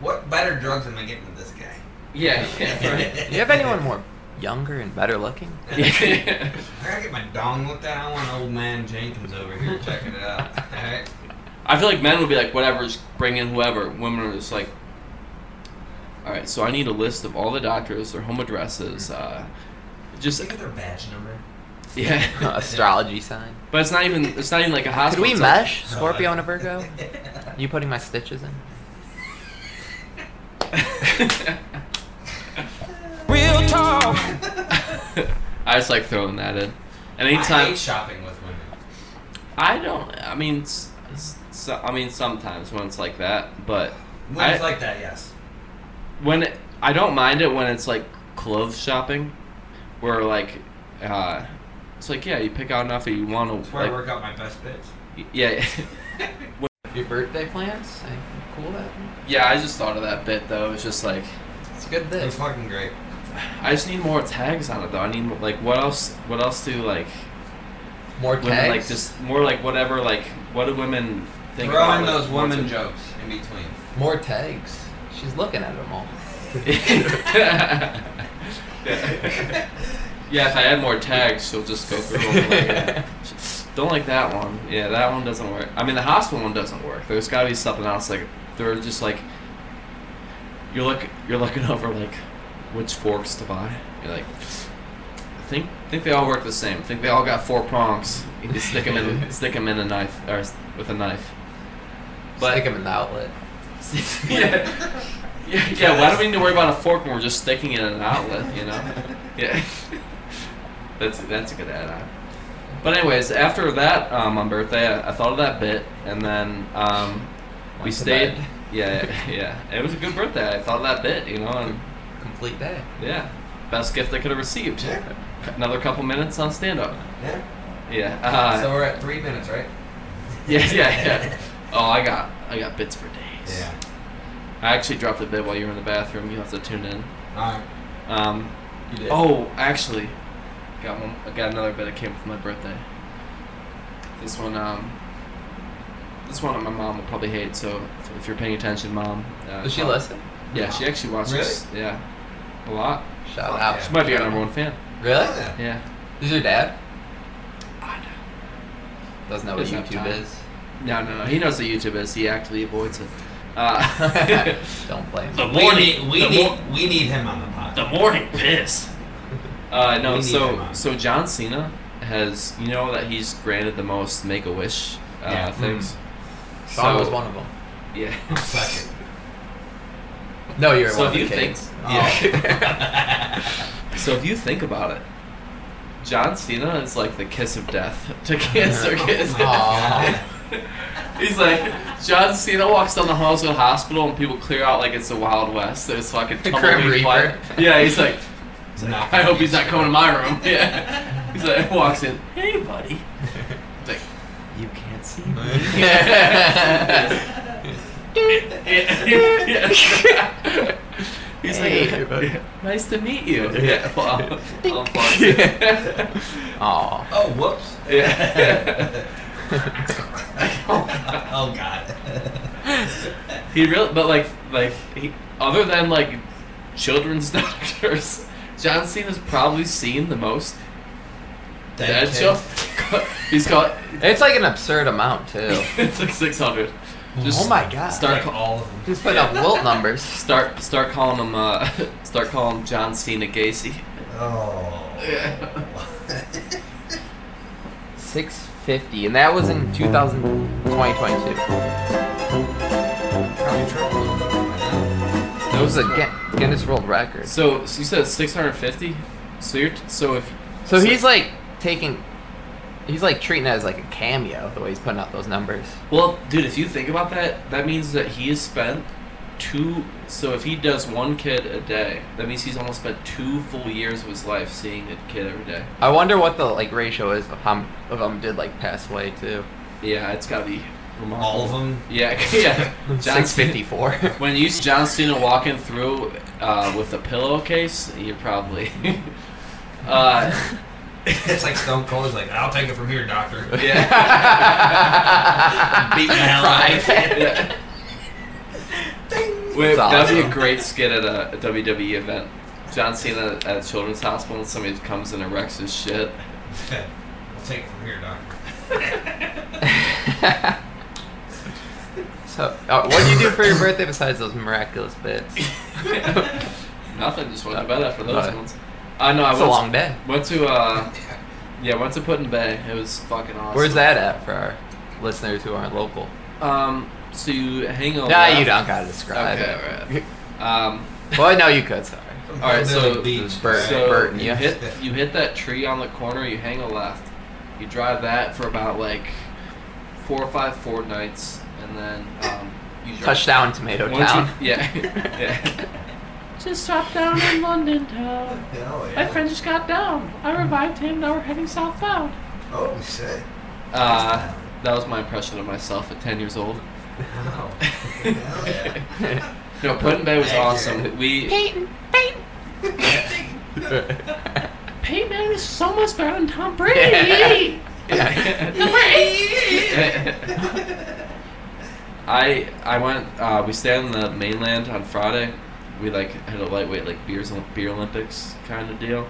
What better drugs am I getting with this guy? yeah, yeah right. Do you have anyone more younger and better looking? Yeah. I gotta get my dong looked at. I want old man Jenkins over here checking it out. Alright? I feel like men would be like whatever's bring in whoever women are just like all right so I need a list of all the doctors their home addresses uh, just Look at their badge number. yeah Astrology sign. but it's not even it's not even like a Could hospital we it's like- mesh Scorpio and a Virgo? You putting my stitches in? Real talk. I just like throwing that in. And I anytime hate shopping with women. I don't, I mean, s- s- so, I mean sometimes when it's like that, but When I- it's like that, yes. when it, I don't mind it when it's like clothes shopping, where like, uh, it's like yeah, you pick out enough that you want That's to where I like, work out my best bits. yeah, Your birthday plans? Anything cool that? yeah. I just thought of that bit though. It's just like It's a good bit. It's fucking great. I just need more tags on it though. I need like what else? What else do like More tags. women like just more like whatever like what do women think Throw about in like, those what's woman a- jokes in between. More tags. She's looking at them all. yeah, if I add more tags, she'll just go through them. Like, yeah. Don't like that one. Yeah, that one doesn't work. I mean, the hospital one doesn't work. There's got to be something else. Like they're just like you're look you're looking over like which forks to buy. You're like I think think they all work the same. I think they all got four prongs. You just stick them in stick 'em in a knife or s- with a knife. But But- Stick them in the outlet. yeah. yeah, yeah. Why do we need to worry about a fork when we're just sticking it in an outlet? You know. Yeah. that's that's a good add-on. But anyways, after that um, on birthday, I, I thought of that bit, and then um, we Went to stayed. bed. Yeah, yeah. It was a good birthday. I thought of that bit, you know, and Complete day. yeah, best gift I could have received. Another couple minutes on stand-up. Yeah. Yeah. Uh, so we're at three minutes, right? yeah, yeah, yeah. Oh, I got I got bits for days. I actually dropped a bit while you were in the bathroom. You have to tune in. Alright. Um, You did. Oh, actually, got one. I got another bit that came from my birthday. This one, um, this one my mom will probably hate. So if- if you're paying attention, mom, uh, Does she prob- listen? Yeah, she actually watches. this. Yeah, a lot. Shout Fuck out. yeah. She might be our number one fan. Really? Yeah. Yeah. Is your dad? Doesn't know what Doesn't have YouTube time. is. No, no, no. He knows what YouTube is. He actively avoids it. Uh, Don't blame The him. We morning, need, we, the, need, mor- we need him on the pod. the morning piss. uh, We no, need him so on. so John Cena has you know that he's granted the most Make a Wish uh, Yeah. things. Sean So- was one of them. Yeah. Second. No, you're So one if of the you think- kids. So if you think about it, John Cena is like the kiss of death to cancer kids. Aw. He's like John Cena walks down the halls of the hospital and people clear out like it's the Wild West. There's fucking The Grim tumbleweed fly- Reaper. Yeah, he's like, It's not Oh. I gonna hope be he's not shit. coming to my room. Yeah, he's like walks in. Hey, buddy. He's like, you can't see me. He's Hey, like, buddy. nice to meet you. Yeah. Yeah, well, I'll- Um, I'll fuck you. Aw. Oh, whoops. Yeah. oh, God. He really, but like, like he, other than like children's doctors, John Cena's probably seen the most dead kid. children. He's got It's like an absurd amount too. it's like six hundred. Just oh my god. Start Like all of them. He's putting up Wilt numbers. start start calling him uh, start calling him John Cena Gacy. Oh. Six fifty, and that was in 2000, Probably 2022. triple. It was a Gu- Guinness World Record. So, so you said six hundred fifty. So you're t- so if So he's like taking, he's like treating it as like a cameo the way he's putting out those numbers. Well, dude, if you think about that, that means that he has spent two. So if he does one kid a day, that means he's almost spent two full years of his life seeing a kid every day. I wonder what the like ratio is of how m- of them did like pass away too. Yeah, it's gotta be remarkable. All of them. Yeah, yeah. John Six Cena- fifty four. When you see John Cena walking through uh, with a pillowcase, you're probably. uh, It's like Stone Cold is like, I'll take it from here, doctor. yeah. Beat the hell out of it. yeah. Wait, That's that'd be a awesome. great skit at a, a WWE event. John Cena at a children's hospital, and somebody comes and erects his shit. I'll take it from here, doctor. so uh, what do you do for your birthday besides those miraculous bits? Nothing, just went to bed after those Right. ones. I know. I It's a went, long day. went to uh, yeah, went to Put in Bay. It was fucking awesome. Where's that at for our listeners who aren't local? Um, so you hang on. Nah, left. you don't gotta describe Oh, Okay, it. right. Um, Well, no, you could. Sorry. From All right, Hillbilly so- beach. Bert, so Bert, you yeah. hit you hit that tree on the corner. You hang a left. You drive that for about like four or five fortnights, and then um, you drive Touchdown, Tomato Once you- Town. yeah, yeah. Just dropped down in London town. Hell My friend just got down. I revived him. Now we're heading southbound. Oh shit. Uh, that was my impression of myself at ten years old. Wow. Hell yeah. No, Put in Bay was Thank you. awesome. We Peyton, Peyton, Peyton Man is so much better than Tom Brady. Number eight. I I went. Uh, we stayed on the mainland on Friday. We like had a lightweight like beers Olymp- beer Olympics kind of deal.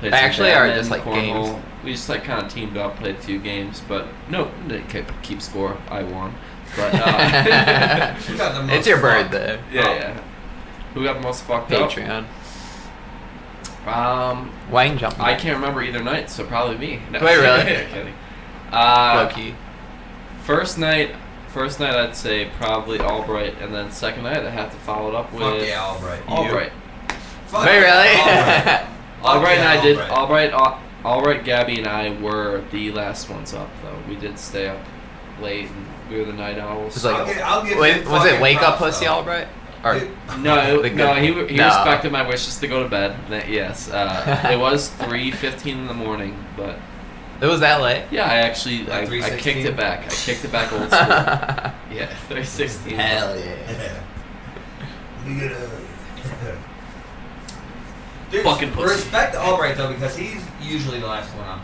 Played some Actually, or badminton, just, like, games? cornhole. We just like kind of teamed up, played a few games, but no, didn't ke- keep score. I won, but uh, You got the most it's your fun. birthday. yeah, yeah. Who got the most fucked Patreon. up? Um, Wayne jumping. I can't remember either night, so probably me. No, Wait, really? kidding. Uh, Low key. First night, first night I'd say probably Albright, and then second night I have to follow it up with Fuck yeah, Albright. Albright. Fuck Oh, Oh, Wait, yeah, really? Albright and I did Albright. Albright. Al- Albright, Gabby, and I were the last ones up though. We did stay up late, and we were the night owls. It's I'll like- give, I'll give Wait, you was it fucking Wake Up props, Pussy though. Albright? Or Dude, Uh, no, The it- no, good- he, re- he No. respected my wishes to go to bed. That- yes, uh, it was three fifteen in the morning, but it was that late? yeah, I actually I, Like I kicked 3:16? it back. I kicked it back old school. yeah, three sixteen. yeah. We get a- Dude, Fucking pussy. Respect Albright though because he's usually the last one up.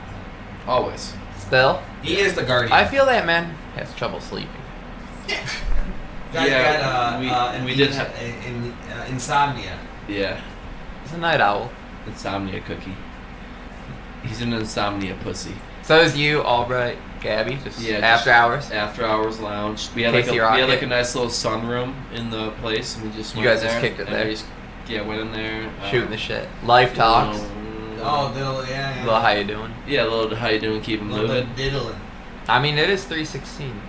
Always. Still? He is the guardian. I feel that man has trouble sleeping. Guys Yeah, got, uh, we- uh, we did in- have- in, uh, insomnia. Yeah. He's a night owl. Insomnia cookie. He's an insomnia pussy. So is you, Albright, Gabby, just Yeah, after hours. After hours lounge. We had like a, Casey we had Rocket. like a nice little sunroom in the place, and we just You went guys in just there, kicked it and there. we just- yeah, went in there. uh, Shooting the shit. Life talks. um, Oh, diddle, yeah. yeah. Little how you doing? yeah, a little how you doing? Keep 'em Little moving. bit diddling. I mean, it is 316.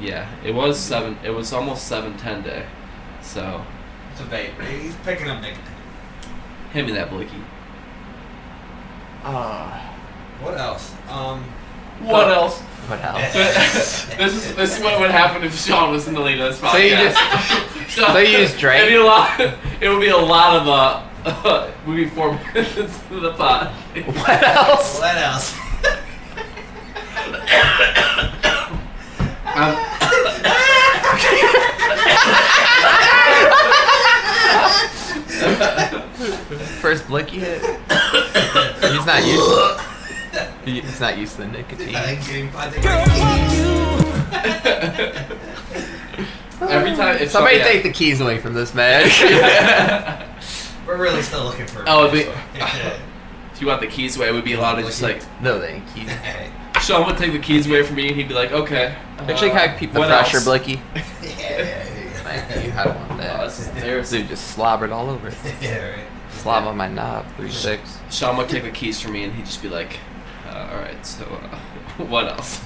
Yeah, it was seven. It was almost seven ten day. So It's a vape. He's picking up Nick. hand me that blicky. Ah. What else? Um, What else? what else? this is this is what would happen if Sean was in the lead of this podcast. So you just So, So you just drank? It'd be a lot. It would be a lot of uh, uh would be four minutes to the pot. what else? what else? I'm, First blicky hit. He's not used. To, he- he's not used to the nicotine. I think- I think I- every Oh. time if Somebody yeah. take the keys away from this man. We're really still looking for. Oh, it'd be- Yeah. If you want the keys away, it would be a lot of just like no, thank you. Sean would take the keys away from me, and he'd be like, okay. Actually, uh, can I peep the what fresher else? blicky? yeah, Thank you. I don't want Oh, this is that. embarrassing. Dude, just slobbered all over. it. yeah, right. Slob on my knob. Three six. Sean would take the keys from me, and he'd just be like, uh, all right, so uh, what else?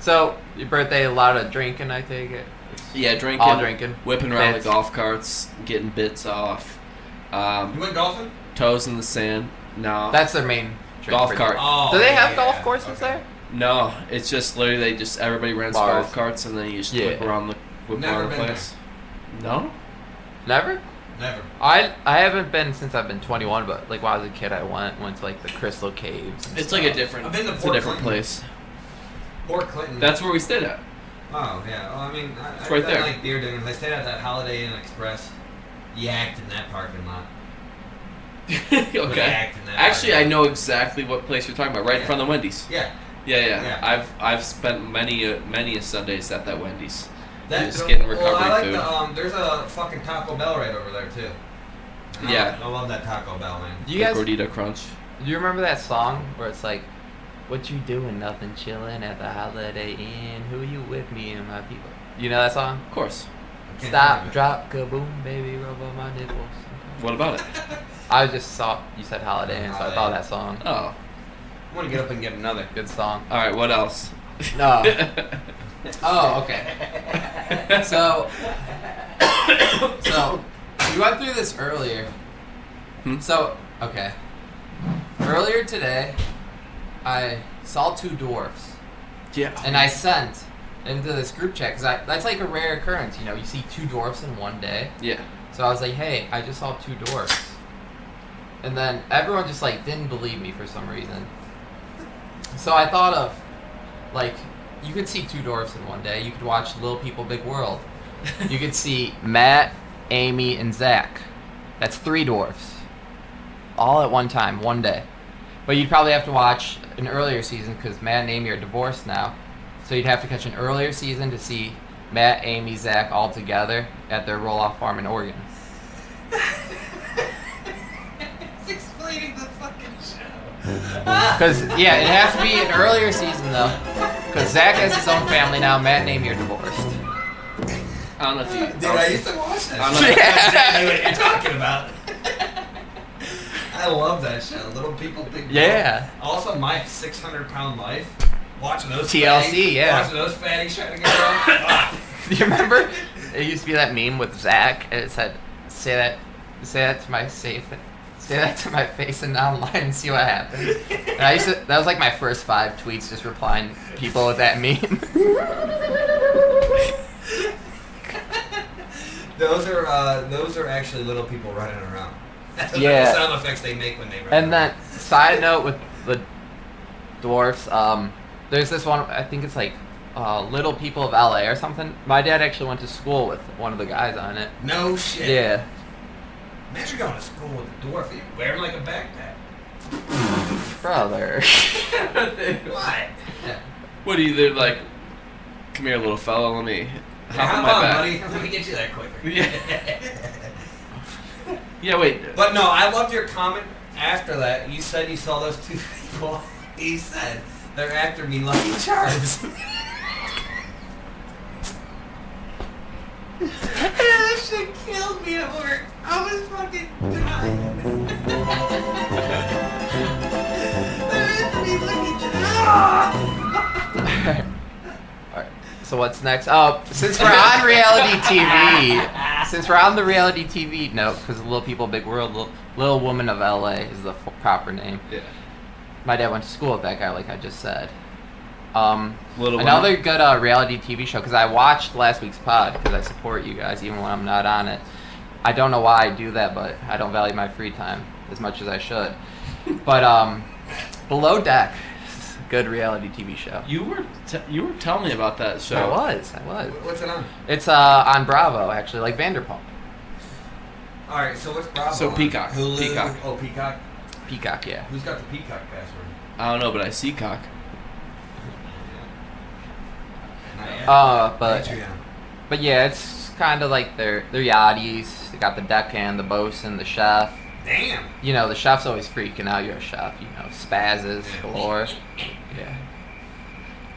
So your birthday, a lot of drinking. I take it. Yeah, drinking, All drinking. whipping around Bits. the golf carts, getting bits off, You um, went golfing? toes in the sand. No, That's their main drink golf for- cart. Oh, Do they have yeah, golf courses okay. there? No, it's just literally they just everybody rents Bars. golf carts and then you just whip Yeah. around the whip Never around the been place. No, Never. Never. I I haven't been since I've been 21, but like when I was a kid, I went went to like the Crystal Caves. and it's like a stuff. different. I've been to it's a Fort different Clinton. place. Or Clinton. That's where we stayed at. Oh yeah. Well, I mean, I, It's I, right I there. like beer dinners. I stayed at that Holiday Inn Express. Yacked in that parking lot. okay. Yacked in that Actually, I parking know exactly what place you're talking about. Right in Yeah. front of the Wendy's. lot. Yeah. Yeah, yeah. Yeah. I've I've spent many a many a Sundays at that Wendy's. That, Just getting well, recovery I like food. The, um, there's a fucking Taco Bell right over there too. And I- Yeah. I love that Taco Bell, man. Do you The guys do Gordita Crunch. you remember that song where it's like, "What you doing? Nothing, chilling at the Holiday Inn. Who you with? Me and my people." You know that song? Of course. Can't Stop, think drop, kaboom, baby, rub on my nipples. What about it? I just saw you said Holiday Inn, so I thought that song. Oh, of it. I want to get up and get another. Good song. all right. What else? Uh, No. Oh, okay. So, so We went through this earlier. Hmm? So, okay. Earlier today, I saw two dwarfs. Yeah. And I sent into this group chat because that's like a rare occurrence. You know, you see two dwarfs in one day. Yeah. So I was like, hey, I just saw two dwarfs. And then everyone just like didn't believe me for some reason. So I thought of like you could see two dwarfs in one day. You could watch Little People Big World. You could see Matt, Amy, and Zach. That's three dwarfs. All at one time, one day. But you'd probably have to watch an earlier season because Matt and Amy are divorced now. So you'd have to catch an earlier season to see Matt, Amy, Zach all together at their roll off farm in Oregon. It's explaining the fucking show. Uh, Because, yeah, it has to be an earlier season though. Because Zach has his own family now, Matt and Amy are divorced. I don't know if you. Dude, I used to watch that. I'm shit. not- I knew what you're talking about. I love that show. Little people, big. deal. Yeah. Also, my 600 pound life. Watching those TLC, fatties- yeah. Watching those fatties trying to get off. Do you remember? It used to be that meme with Zach, and it said, "Say that, say that to my safe, say that to my face and online, and see what happens." And I used to, that was like my first five tweets, just replying people with that meme. Those are uh, those are actually little people running around. That's what Yeah. the sound effects they make when they run. around. And then side note with the dwarfs, um, there's this one. I think it's like uh, Little People of LA or something. My dad actually went to school with one of the guys on it. No shit. Yeah. Imagine going to school with a dwarf. You wear him like a backpack. brother. Why? What are you? They're like, come here, little fella. Let me hop How on my about, back. buddy? Let me get you there quicker. Yeah. Yeah. Wait. But no, I loved your comment after that. You said you saw those two people. He said they're after me, Lucky Charms. that shit killed me at work. I was fucking dying. they're after me, Lucky Charms. Ah! So what's next? Oh, since we're on reality TV, since we're on the reality TV, no, because Little People, Big World, Little, Little Woman of LA is the f- proper name. Yeah. My dad went to school with that guy, like I just said. Um, Little another Women? good uh, reality TV show because I watched last week's pod because I support you guys even when I'm not on it. I don't know why I do that, but I don't value my free time as much as I should. But um, Below Deck, good reality TV show. You were t- you were telling me about that show. I was, I was. What's it on? It's uh on Bravo actually, like Vanderpump, All right, so what's Bravo? So on? Peacock. Hulu. Peacock. Oh, Peacock. Peacock, yeah. Who's got the Peacock password? I don't know, but I see cock. Not yet. Uh, but Patreon. but yeah, it's kind of like they're they're yachties. They got the deckhand, the bosun, the chef. Damn. You know, the chef's always freaking out. You're a chef, you know, spazzes galore. Yeah.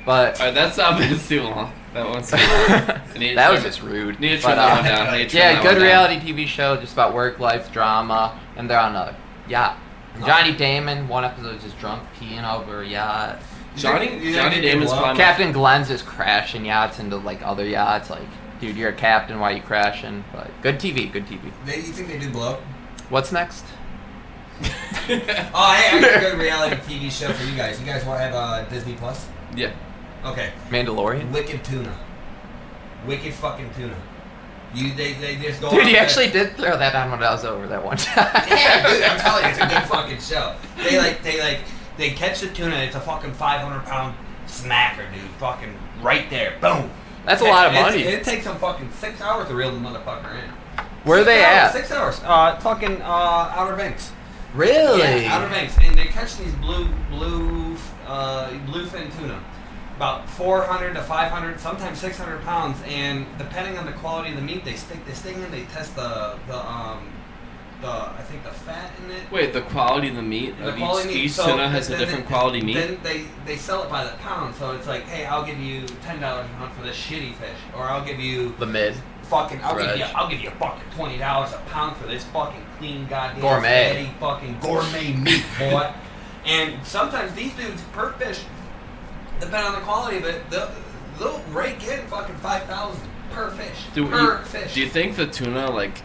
But All right, Uh, that's not been too long. That one's too long. I need to that was trim- just rude. Need to But, trim that one uh, down. Need to trim yeah, that good one down. reality TV show just about work life drama, and they're on a yacht. Oh. Johnny Damon, one episode is just drunk peeing over a yacht. You Johnny think Johnny they Damon's love- probably my- Captain Glenn's just crashing yachts into like other yachts. Like, dude, you're a captain. Why you crashing? But good TV, good TV. They, you think they do blow? up? What's next? Oh, hey, I got a good reality TV show for you guys. You guys want to have uh, Disney Plus? Yeah. Okay. Mandalorian. Wicked Tuna. Wicked fucking tuna. You they they just go. Dude, out you there- actually did throw that on when I was over that one time. Yeah, dude, I'm telling you, it's a good fucking show. They like they like they catch the tuna. It's a fucking 500 pound smacker, dude. Fucking right there. Boom. That's a lot of It's- money. It, takes them fucking six hours to reel the motherfucker in. Where are they Six hours, at? Six hours. Uh, fucking uh, Outer Banks. Really? Yeah, Outer Banks, and they catch these blue, blue, uh, bluefin tuna, about 400 to 500, sometimes 600 pounds, and depending on the quality of the meat, they stick this thing in. They test the, the, um, the, I think the fat in it. Wait, the quality of the meat The of each, quality each so tuna has a then- different quality meat. Then they, they sell it by the pound, so it's like, hey, I'll give you ten dollars a pound for this shitty fish, or I'll give you The mid. fucking, I'll give you, Fresh. I'll give you fucking twenty dollars a pound for this fucking clean goddamn Gourmet. fatty fucking gourmet meat, boy. and sometimes these dudes per fish, depending on the quality of it, they'll, they'll rake in fucking five thousand per fish. do, per you, fish. do you think the tuna like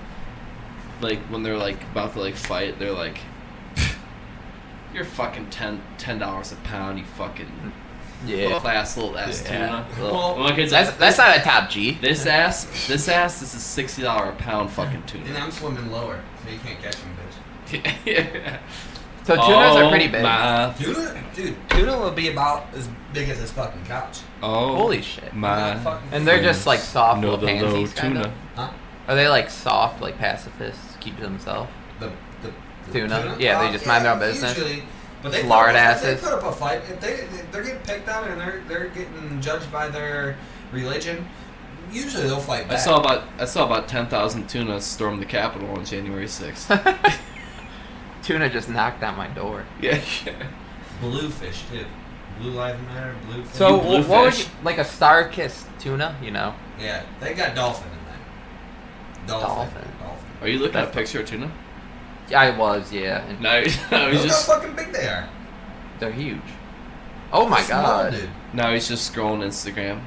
like when they're like about to like fight, they're like, "You're fucking ten ten dollars a pound, you fucking Yeah. Oh. class little ass Yeah. tuna." Well, my kid's That's like, that's not a top G. this ass, this ass, this is sixty dollar a pound fucking And tuna. I'm swimming lower, so you can't catch me, bitch. yeah. So tunas are pretty Oh, big. Oh My, Tuna, dude, tuna will be about as big as this fucking couch. oh, Holy shit. my! Fucking- And they're just like soft no, little the low pansies, kind of. tuna. Huh? Are they like soft, like pacifists, keep to themselves? The, the, the Tuna? Yeah, they just mind their own business. Usually, but they Lard put up, asses. They put up a fight. If they they're getting picked on and they're they're getting judged by their religion, usually they'll fight I back. saw about I saw about ten thousand tuna storm the Capitol on January sixth. Tuna just knocked on my door. yeah. bluefish too. Blue lives matter. Bluefish. So blue wh- what would you fish. like a star kissed tuna? You know, yeah, they got dolphin in there. Dolphin. Dolphin. Dolphin. Are you looking at a picture of tuna? yeah, I was, yeah. And No, I was Look just how fucking big they are. they're huge. Oh my Small, god. dude. No, he's just scrolling Instagram.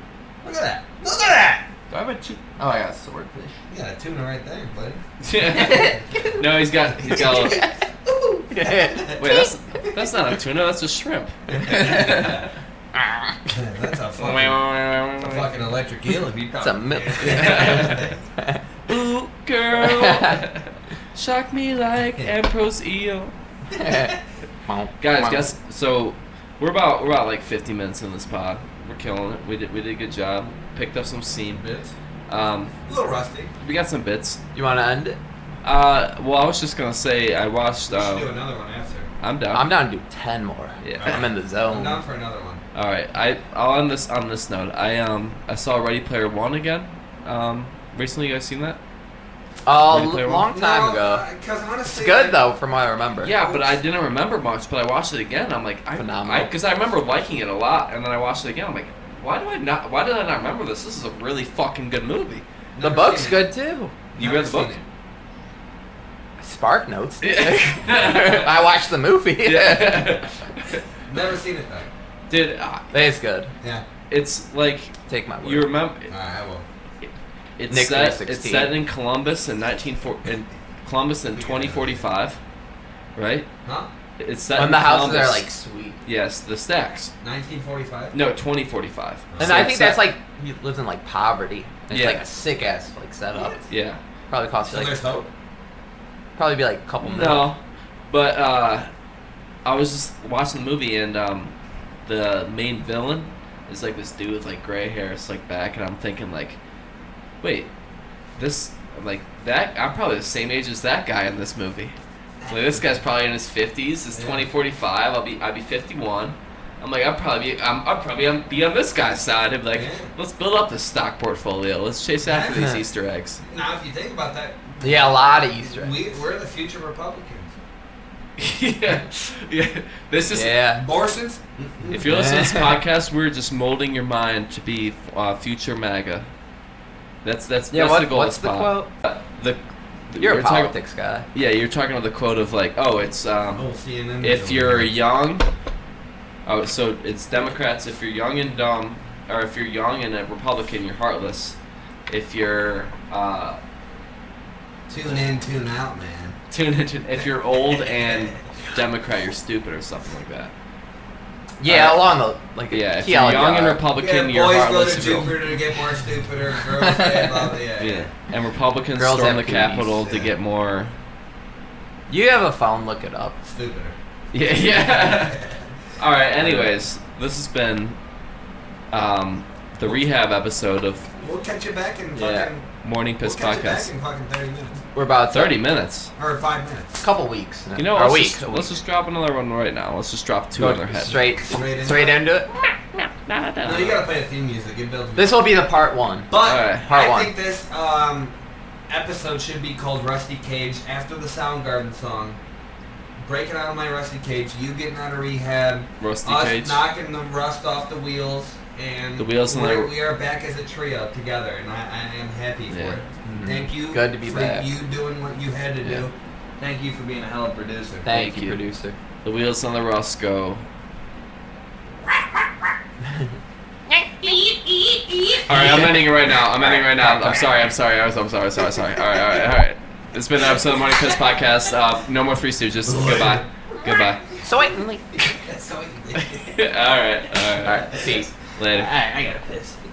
Look at that. Look at that. Do I have a cheek? Oh, I got swordfish. You got a tuna right there, buddy. no, he's got he's got. A little, yeah. wait, that's that's not a tuna. That's a shrimp. That's a fucking, a fucking electric eel. If you It's a milk. Ooh, girl, shock me like Ambrose eel. Guys, guess so. We're about we're about like 50 minutes in this pod. We're killing it. We did we did a good job. Picked up some steam. bits. Um, A little rusty. we got some bits. You want to end it? Uh, well, I was just gonna say I watched. We Oh. should do Uh, another one after. I'm down. I'm down to do ten more. Yeah. I'm in the I'm zone. down for another one. All right, I I'll end this on this note. I um I saw Ready Player One again. Um, recently, you guys seen that? A Ready Player l- long One? time ago. Because honestly, It's good I- though, from what I remember. Yeah, but I didn't remember much. But I watched it again. I'm like, I, Phenomenal. because I, remember liking it a lot, and then I watched it again. I'm like, why do I not? Why did I not remember this? This is a really fucking good movie. The Never book's seen it. good too. You Never read the book? seen Spark Notes. Yeah. I watched the movie. Yeah, it. Never seen it though. dude, uh, It's good. Yeah. it's like Take my word. you remember. All right, I will. It's Nick set. Fury It's 16. set in Columbus in 1940. In Columbus in 2045, right? Huh? It's set when in the houses Columbus. are like sweet. Yes, the stacks. 1945. No, 2045. And So I it's think set- that's like he lives in like poverty. And It's Yeah. like a sick ass like setup. Yeah. Probably cost So you like there's hope. probably be like a couple million. No, but uh, I was just watching the movie and um, the main villain is like this dude with like gray hair, slick back, and I'm thinking like, wait, this I'm like that I'm probably the same age as that guy in this movie. Like this guy's probably in his fifties. It's Yeah. 2045. I'll be I'll be 51. I'm like I'll probably be, I'm I'll probably on- be on this guy's side. I'm like Yeah. let's build up this stock portfolio. Let's chase after these Yeah. Easter eggs. Now, if you think about that, Yeah, a lot of Easter eggs. we we're the future Republicans. yeah, yeah. This is Yeah. Abortions. Mm-hmm. If you're listening to this podcast, we're just molding your mind to be uh, future MAGA. That's that's Yeah, that's what- the goal. what's of the pod. quote? Uh, the, the- You're we're a talking- politics guy. yeah, you're talking about the quote of like, oh, it's um, Oh, CNN. if you're young, oh, so it's Democrats. If you're young and dumb, or if you're young and a Republican, you're heartless. If you're uh, tune in, tune out, man. tune into, if you're old and Democrat, you're stupid or something like that. Yeah, Uh, along the like Yeah, if key you're young and allegory. Republican, yeah, you're boys go heartless. to if you're- Jupiter to get more stupider. Girls say about yeah. Yeah. And Republicans Girls storm the have cooties. Capitol to Yeah. get more. You have a phone, look it up. Stupider. Yeah, yeah. All right. Anyways, this has been um, the rehab episode of We'll catch you back in fucking. Yeah. Morning We'll Piss catch you back Podcast. in fucking 30 minutes We're about to- Thirty minutes. or five minutes. a couple weeks. You know, or a let's, week. just, a let's week. just drop another one right now. Let's just drop two Go on their head. straight Straight straight, into into it. No, you gotta play a theme music. It builds. This will be the part one. But Alright. Part I one. think this um, episode should be called Rusty Cage after the Soundgarden song. Breaking out of my rusty cage, you getting out of rehab, Rusty us Cage. knocking the rust off the wheels, and The wheels and we're- the- we are back as a trio together, and I, I am happy for Yeah. it. Thank you. Good to be for back. You doing what you had to Yeah. do. Thank you for being a hell of a producer. Thank, Thank you, you. producer. The wheels on the Roscoe. All right, I'm ending it right now. I'm ending it right now. I'm sorry. I'm sorry. I was. I'm sorry. Sorry. Sorry. All right. All right. All right. It's been an episode of the Morning Piss podcast. Uh, no more Three Stooges. Goodbye. Goodbye. Certainly. That's so all right. All right. All right, peace. Later. I, I gotta piss.